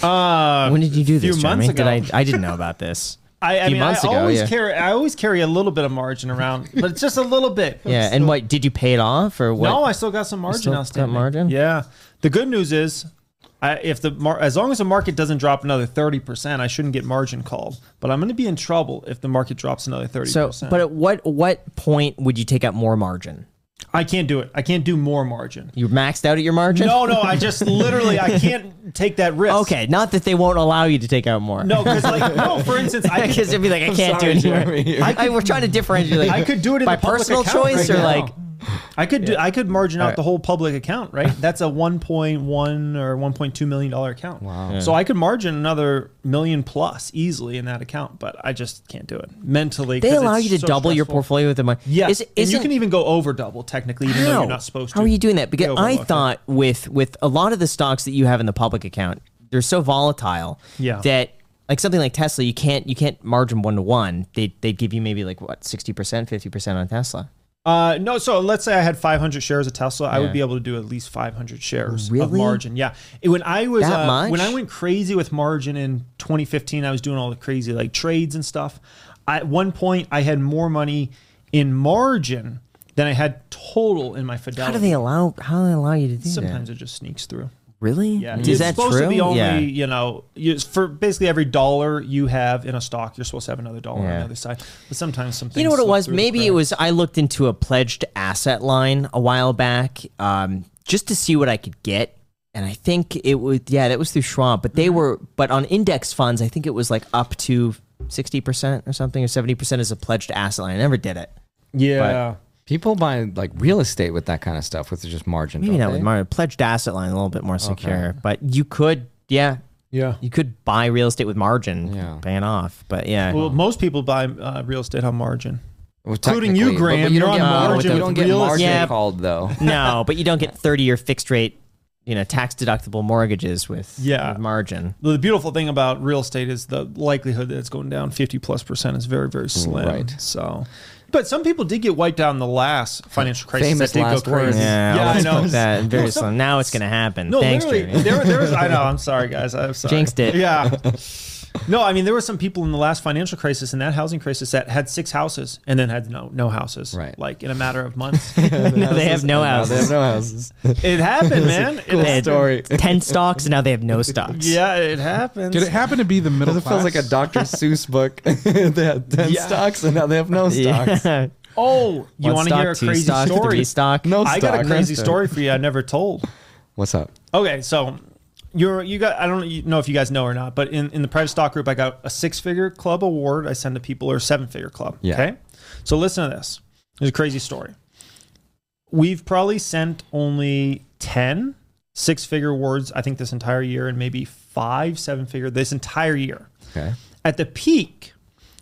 B: Uh,
A: When did you do
B: few
A: this,
B: months
A: Jeremy? Did
B: ago.
A: I? I didn't know about this.
B: I, I
A: few
B: mean,
A: months
B: I
A: ago,
B: always
A: yeah.
B: carry I always carry a little bit of margin around, but it's just a little bit.
A: yeah. And what did you pay it off or what?
B: No, I still got some margin
A: still got
B: outstanding.
A: margin?
B: Yeah. The good news is, I, if the mar- as long as the market doesn't drop another thirty percent, I shouldn't get margin called. But I'm going to be in trouble if the market drops another thirty
A: so,
B: percent.
A: but at what what point would you take out more margin?
B: I can't do it. I can't do more margin.
A: You maxed out at your margin.
B: No, no. I just literally I can't take that risk.
A: Okay, not that they won't allow you to take out more.
B: No, because like no. For instance, I
A: because
B: could,
A: it'd be like I can't do it anymore. I, we're trying to differentiate. Like,
B: I could do it in
A: by
B: the public
A: personal
B: account
A: choice
B: right
A: or
B: now.
A: like
B: I could do I could margin out
A: Alright.
B: the whole public account, right? That's a 1.1 or 1.2 million dollar account. Wow. So I could margin another million plus easily in that account, but I just can't do it mentally.
A: they
B: 'cause
A: allow
B: it's
A: you to
B: so
A: double your
B: stressful.
A: portfolio with the money.
B: Yes,
A: Is,
B: and you
A: isn't-
B: can even go over double technically, even though you're not supposed to.
A: How are you doing that? Because
B: They
A: I
B: overlook it.
A: thought with with a lot of the stocks that you have in the public account, they're so volatile
B: Yeah.
A: that like something like Tesla, you can't you can't margin one to one. They they'd give you maybe like what sixty percent, fifty percent on Tesla.
B: Uh, no, so let's say I had 500 shares of Tesla,
A: Yeah.
B: I would be able to do at least 500 shares of
A: Really?
B: margin. Yeah, It- when I was
A: That
B: uh,
A: much?
B: when I went crazy with margin in 2015, I was doing all the crazy like trades and stuff. I, at one point, I had more money in margin than I had total in my
A: How
B: fidelity.
A: do they allow how do they allow you to do
B: Sometimes
A: that?
B: it just sneaks through.
A: Really?
B: Yeah,
A: Is
B: it's
A: that
B: supposed
A: true?
B: to be only
A: yeah.
B: you know you, for basically every dollar you have in a stock, you're supposed to have another dollar on
A: Yeah.
B: the other side. But sometimes some
A: You know
B: things
A: what it
B: slip
A: was?
B: through the
A: Maybe it
B: cracks.
A: was I looked into a pledged asset line a while back, um, just to see what I could get. And I think it was yeah, that was through Schwab, but
B: Mm-hmm.
A: they were but on index funds, I think it was like up to sixty percent or something or seventy percent as a pledged asset line. I never did it.
B: yeah.
C: People buy like real estate with that kind of stuff with just margin.
A: Maybe
C: don't
A: not
C: they?
A: with my pledged asset line, a little bit more secure. But you could yeah.
B: Yeah.
A: You could buy real estate with margin,
C: Yeah.
A: paying off. But yeah.
B: Well, most people buy uh, real estate on margin.
C: Well,
B: Including you,
C: technically, but- but
B: Graham,
C: you
B: you're
C: don't
B: on
C: get
B: margin
C: margin. You
B: with
C: don't get
B: real
C: margin
A: estate.
C: called though.
A: no, but you don't get thirty year fixed rate, you know, tax deductible mortgages with,
B: Yeah.
A: with margin.
B: The beautiful thing about real estate is the likelihood that it's going down 50 plus percent is very, very slim.
C: Right.
B: So, but some people did get wiped out in the last financial crisis.
C: Famous
B: that did
C: last
B: go crazy.
C: words.
A: Yeah,
B: yeah I know.
A: That very slim. Now it's gonna happen.
B: No,
A: Thanks,
B: literally,
A: Jeremy.
B: there, there was, I know. I'm sorry, guys. I'm sorry.
A: Jinxed it.
B: Yeah. No, I mean, there were some people in the last financial crisis and that housing crisis that had six houses and then had no, no houses.
C: Right.
B: Like in a matter of months.
A: No, they have no
C: No, they
A: houses.
C: have no houses.
B: it happened, man. It
A: They had
B: happened.
C: story.
A: Ten stocks, and now they have no stocks.
B: Yeah, it happens.
D: Did it happen to be the middle
C: It
D: class?
C: feels like a Dr. Seuss book. they had 10
B: Yeah.
C: stocks and now they have no stocks.
A: Yeah.
B: Oh,
A: One
B: you want to
A: stock,
B: hear a
A: two
B: crazy
A: stock,
B: story?
A: Three stock.
C: No
B: I got a
C: stock.
B: crazy
C: No stock.
B: story for you I never told.
C: What's up?
B: Okay, so you're you got I don't know if you guys know or not, but in in the private stock group I got a six figure club award I send to people or seven figure club.
C: Yeah.
B: Okay, so listen to this. It's a crazy story. We've probably sent only 10 six figure awards I think this entire year, and maybe five seven figure this entire year.
C: Okay.
B: At the peak,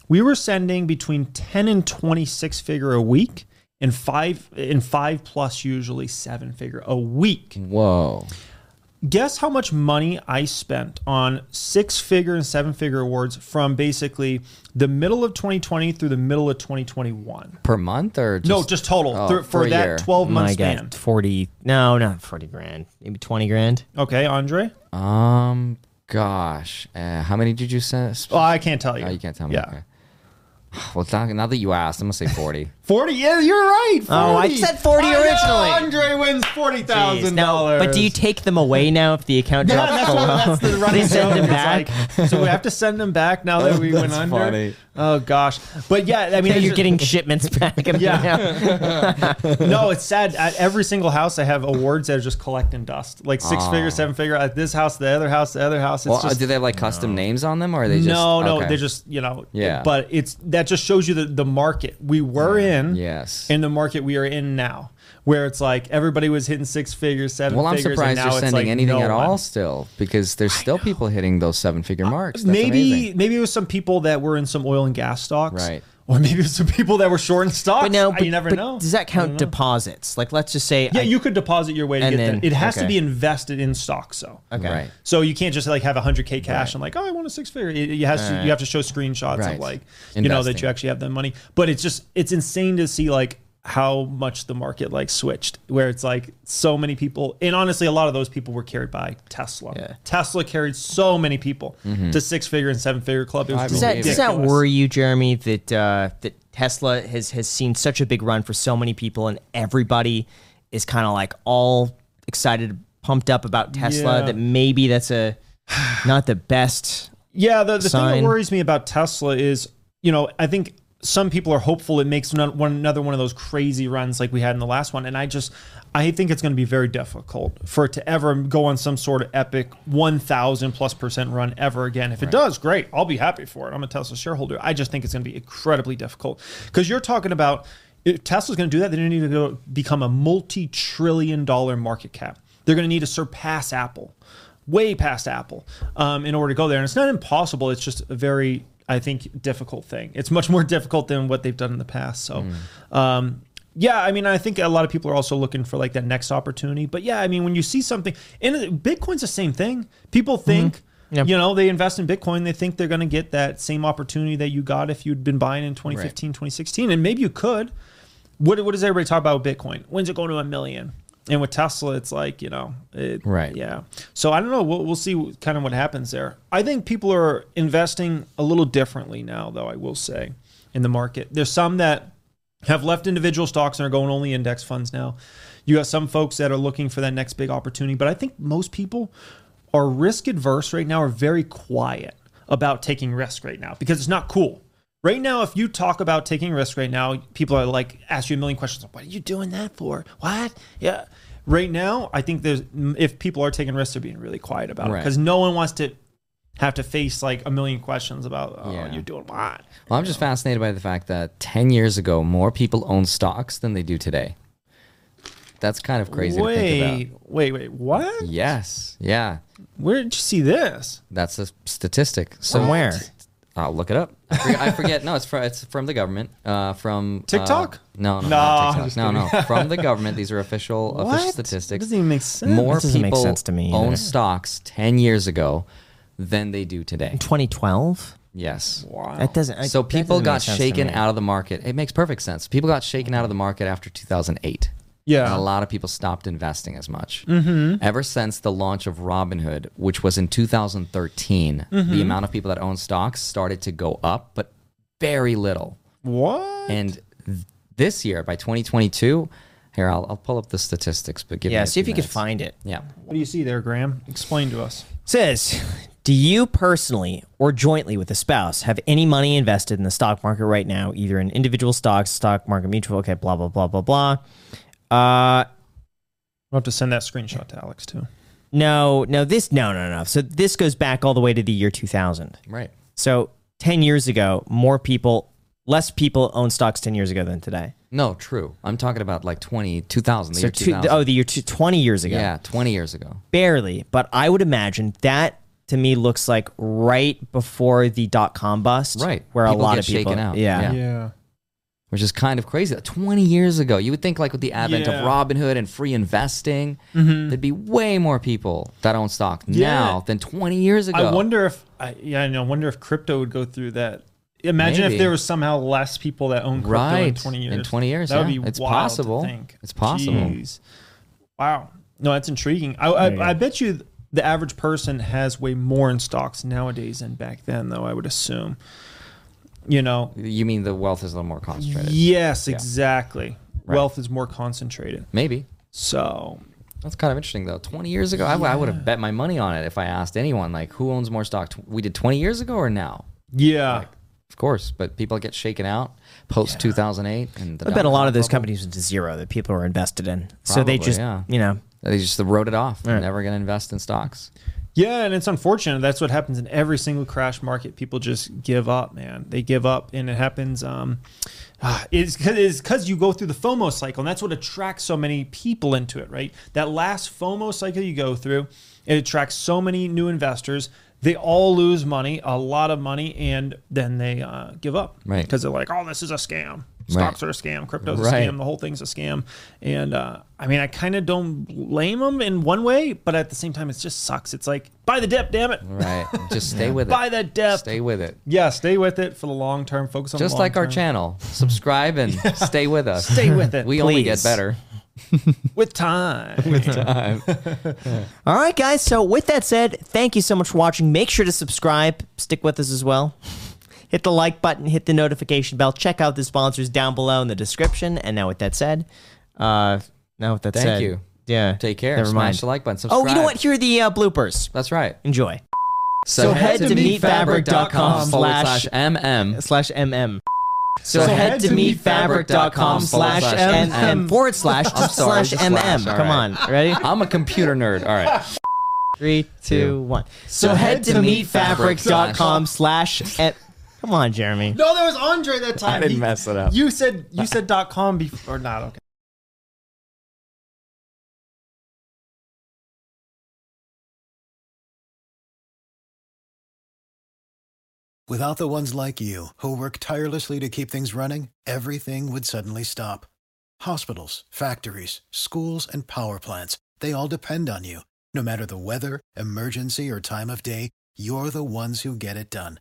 B: we were sending between 10 and 26 figure a week and five and five plus usually seven figure a week.
A: Mm.
C: Whoa.
B: Guess how much money I spent on six figure and seven figure awards from basically the middle of 2020 through the middle of 2021.
C: Per month or just,
B: no, just total
C: oh,
B: through- for,
C: for a year.
B: that 12 month
A: My
B: span.
A: God, forty. No, not forty grand. Maybe twenty grand.
B: Okay, Andre?
C: Um, gosh. Uh, how many did you send?
B: Oh, I can't tell you.
C: Oh, you can't tell me.
B: Yeah.
C: Okay. Well, now now that you asked, I'm going to say 40.
B: 40? Yeah, you're right. 40.
A: Oh, I said 40
B: I know,
A: originally.
B: Andre wins
A: Jeez.
B: $40,000.
A: Now, but do you take them away now if the account
B: Yeah,
A: drops
B: that's,
A: below?
B: what, that's the running
A: they send
B: joke.
A: them
B: It's
A: back.
B: like, so we have to send them back now that we went
C: That's
B: under.
C: funny.
B: Oh gosh, but yeah, I mean,
A: Yeah,
B: there's
A: you're
B: a-
A: getting shipments back.
B: Yeah. no, it's sad. At every single house, I have awards that are just collecting dust, like six figure, seven figure. At this house, the other house, the other house. It's
C: well, uh,
B: just
C: do they have like custom names on them or are they just.
B: no, no,
C: okay.
B: they're just you know.
C: Yeah.
B: But it's that just shows you the the market we were in.
C: Yes.
B: And the market we are in now. where it's like everybody was hitting six figures, seven
C: Well, I'm
B: figures.
C: surprised
B: and now
C: they're
B: it's like
C: sending anything
B: no
C: at
B: one. Uh,
C: all still because there's still people hitting those seven figure marks. That's
B: maybe
C: amazing.
B: maybe it was some people that were in some oil and gas stocks,
C: Right.
B: Or maybe it was some people that were short in stocks.
A: But no,
B: I-
A: but,
B: you never
A: but
B: know.
A: Does that count deposits? Like, let's just say,
B: yeah,
A: I-
B: you could deposit your way to
A: And
B: get
A: then-
B: that. It has to
A: okay.
B: be invested in stocks, though.
A: okay.
C: Right.
B: So you can't just like have 100k cash and like, oh, I want a six figure. It, it has to, you have to show screenshots
C: Right.
B: of like, you know, that
C: Investing.
B: you actually have that money. But it's just it's insane to see like how much the market like switched, where it's like so many people, and honestly, a lot of those people were carried by Tesla. Tesla carried so many people to six figure and seven figure club. It was
A: Mm-hmm. Does that, does that
B: ridiculous.
A: worry you, Jeremy, that uh, that Tesla has has seen such a big run for so many people, and everybody is kind of like all excited, pumped up about Tesla?
B: Yeah.
A: That maybe that's a not the best.
B: Yeah, the, the thing
A: sign.
B: that worries me about Tesla is, you know, I think some people are hopeful it makes no- one another one of those crazy runs like we had in the last one, and I just I think it's going to be very difficult for it to ever go on some sort of epic one thousand plus percent run ever again. If it does, great, I'll be happy for it. I'm a Tesla shareholder. I just think it's going to be incredibly difficult because you're talking about if Tesla's going to do that, they're going to need to go become a multi-trillion dollar market cap. They're going to need to surpass Apple way past Apple um, in order to go there. And it's not impossible. It's just a very, I think, difficult thing. It's much more difficult than what they've done in the past. So, um, yeah, I mean, I think a lot of people are also looking for like that next opportunity. But yeah, I mean, when you see something, and Bitcoin's the same thing. People think. You know, they invest in Bitcoin. They think they're going to get that same opportunity that you got if you'd been buying in 2015, 2016. And maybe you could, what, what does everybody talk about with Bitcoin? When's it going to a million? And with Tesla, it's like, you know, it,
C: Right.
B: Yeah. So I don't know. We'll, we'll see kind of what happens there. I think people are investing a little differently now, though, I will say, in the market. There's some that have left individual stocks and are going only index funds now. You got some folks that are looking for that next big opportunity, but I think most people are risk adverse right now, are very quiet about taking risk right now because it's not cool. Right now, if you talk about taking risk right now, people are like ask you a million questions. What are you doing that for? What? Yeah. Right now, I think there's mm, if people are taking risks, they're being really quiet about it
C: Right.
B: because no one wants to have to face like a million questions about oh
C: Yeah.
B: you're doing what.
C: Well, I'm just fascinated by the fact that 10 years ago, more people own stocks than they do today. That's kind of crazy
B: wait,
C: to think about.
B: wait, wait, what?
C: Yes. Yeah.
B: Where did you see this?
C: That's a statistic. So
A: From where?
C: I'll look it up. I forget. I forget. No, it's from, it's from the government. Uh, from uh,
B: TikTok?
C: no, no,
B: No,
C: not
B: I'm just
C: TikTok. no, no. From the government. These are official official
B: What?
C: statistics.
B: Doesn't even make sense.
C: More
A: That doesn't make
C: people
A: sense to me
C: own
A: either.
C: stocks ten years ago than they do today.
A: 2012.
C: Yes.
A: That doesn't. I-
C: So
A: that doesn't
C: people
A: make
C: got
A: sense to
C: shaken
A: me.
C: out of the market. It makes perfect sense. People got shaken out of the market after 2008.
B: Yeah.
C: And a lot of people stopped investing as much. Mm-hmm. Ever since the launch of Robinhood, which was in 2013,
A: Mm-hmm.
C: the amount of people that own stocks started to go up, but very little.
B: What?
C: And th- this year, by 2022, here, I'll, I'll pull up the statistics, but give me
A: Yeah.
C: a
A: See if
C: few
A: you could
C: minutes.
A: find it.
C: Yeah.
B: What do you see there, Graham? Explain to us.
A: says, do you personally or jointly with a spouse have any money invested in the stock market right now, either in individual stocks, stock market mutual, okay, blah, blah, blah, blah, blah. Uh,
B: We'll have to send that screenshot to Alex too.
A: no, no, this, no, no, no. So this goes back all the way to the year 2000.
C: Right.
A: So 10 years ago, more people, less people owned stocks 10 years ago than today.
C: No, true. I'm talking about like 20, 2000, the
A: So
C: year
A: two,
C: 2000.
A: oh, the year two, 20 years ago.
C: yeah, 20 years ago.
A: barely but i would imagine that to me looks like right before the dot com bust
C: Right.
A: where a
C: People
A: lot
C: get
A: of people
C: shaken out.
A: yeah,
C: Yeah. which is kind of crazy. 20 years ago, you would think like with the advent
B: Yeah. Mm-hmm.
C: of Robinhood and free investing, there'd be way more people that own stock
B: Yeah.
C: now than 20 years ago.
B: I wonder if I, yeah, I know. I wonder if crypto would go through that. Imagine
C: Maybe.
B: if there was somehow less people that own crypto in
C: Right.
B: twenty years.
C: In 20 years,
B: that
C: yeah.
B: would be
C: It's
B: wild
C: possible.
B: To think.
C: It's possible.
B: Jeez. Wow. No, that's intriguing. I, I, I bet you the average person has way more in stocks nowadays than back then, though. I would assume. You know,
C: You mean the wealth is a little more concentrated?
B: Yes, exactly. Wealth is more concentrated.
C: Maybe.
B: So,
C: That's kind of interesting though. 20 years ago, I, would have bet my money on it if I asked anyone like who owns more stock. Tw- We did 20 years ago or now?
B: yeah.
C: Of course, but people get shaken out post 2008 and the
A: i bet a
C: dot-com
A: lot of those
C: bubble.
A: companies went to zero that people were invested in so they
C: Probably,
A: just
C: yeah.
A: you know
C: They just wrote it off. Never going to invest in stocks.
B: Yeah, and it's unfortunate. That's what happens in every single crash market. People just give up, man. They give up, and it happens. Um, ah, it's because you go through the FOMO cycle, and that's what attracts so many people into it, right? That last FOMO cycle you go through, it attracts so many new investors. They all lose money, a lot of money, and then they uh, give up
C: Right.
B: because they're like, "Oh, this is a scam. Stocks
C: Right.
B: are a scam. Crypto's a
C: Right.
B: scam. The whole thing's a scam." And uh, I mean, I kind of don't blame them in one way, but at the same time, it just sucks. It's like buy the dip, damn it,
C: Right. Just stay with it.
B: buy the dip.
C: Stay with it.
B: yeah, stay with it for the long term. Focus on the
C: Just like our
B: long-term.
C: channel. Subscribe and stay with us.
B: Stay with it.
C: We only
B: please.
C: get better.
B: with time.
A: All right, guys. So, with that said, thank you so much for watching. Make sure to subscribe. Stick with us as well. Hit the like button, hit the notification bell. Check out the sponsors down below in the description. And now, with that said, uh, now with that
C: Thank
A: said,
C: you.
A: Yeah.
C: Take care.
A: Never
C: Smash
A: mind.
C: the like button. Subscribe.
A: oh, you know what? Here are the uh, bloopers.
C: That's right.
A: Enjoy.
C: So,
A: head to meatfabric.com
C: forward
A: slash-
C: slash mm.
A: Slash mm.
C: So,
B: head to
A: meatfabric.com slash mm forward slash
C: sorry,
A: slash
C: just slash,
A: mm.
C: all
A: Come on,
C: right.
A: ready?
C: I'm a computer nerd. All right.
A: Three, two, one. So head to meatfabric.com slash. et- Come on, Jeremy.
B: no, that was Andre that time.
C: didn't
B: He-
C: mess it up.
B: You said you said dot com before or not? Okay.
E: Without the ones like you, who work tirelessly to keep things running, everything would suddenly stop. Hospitals, factories, schools, and power plants, they all depend on you. No matter the weather, emergency, or time of day, you're the ones who get it done.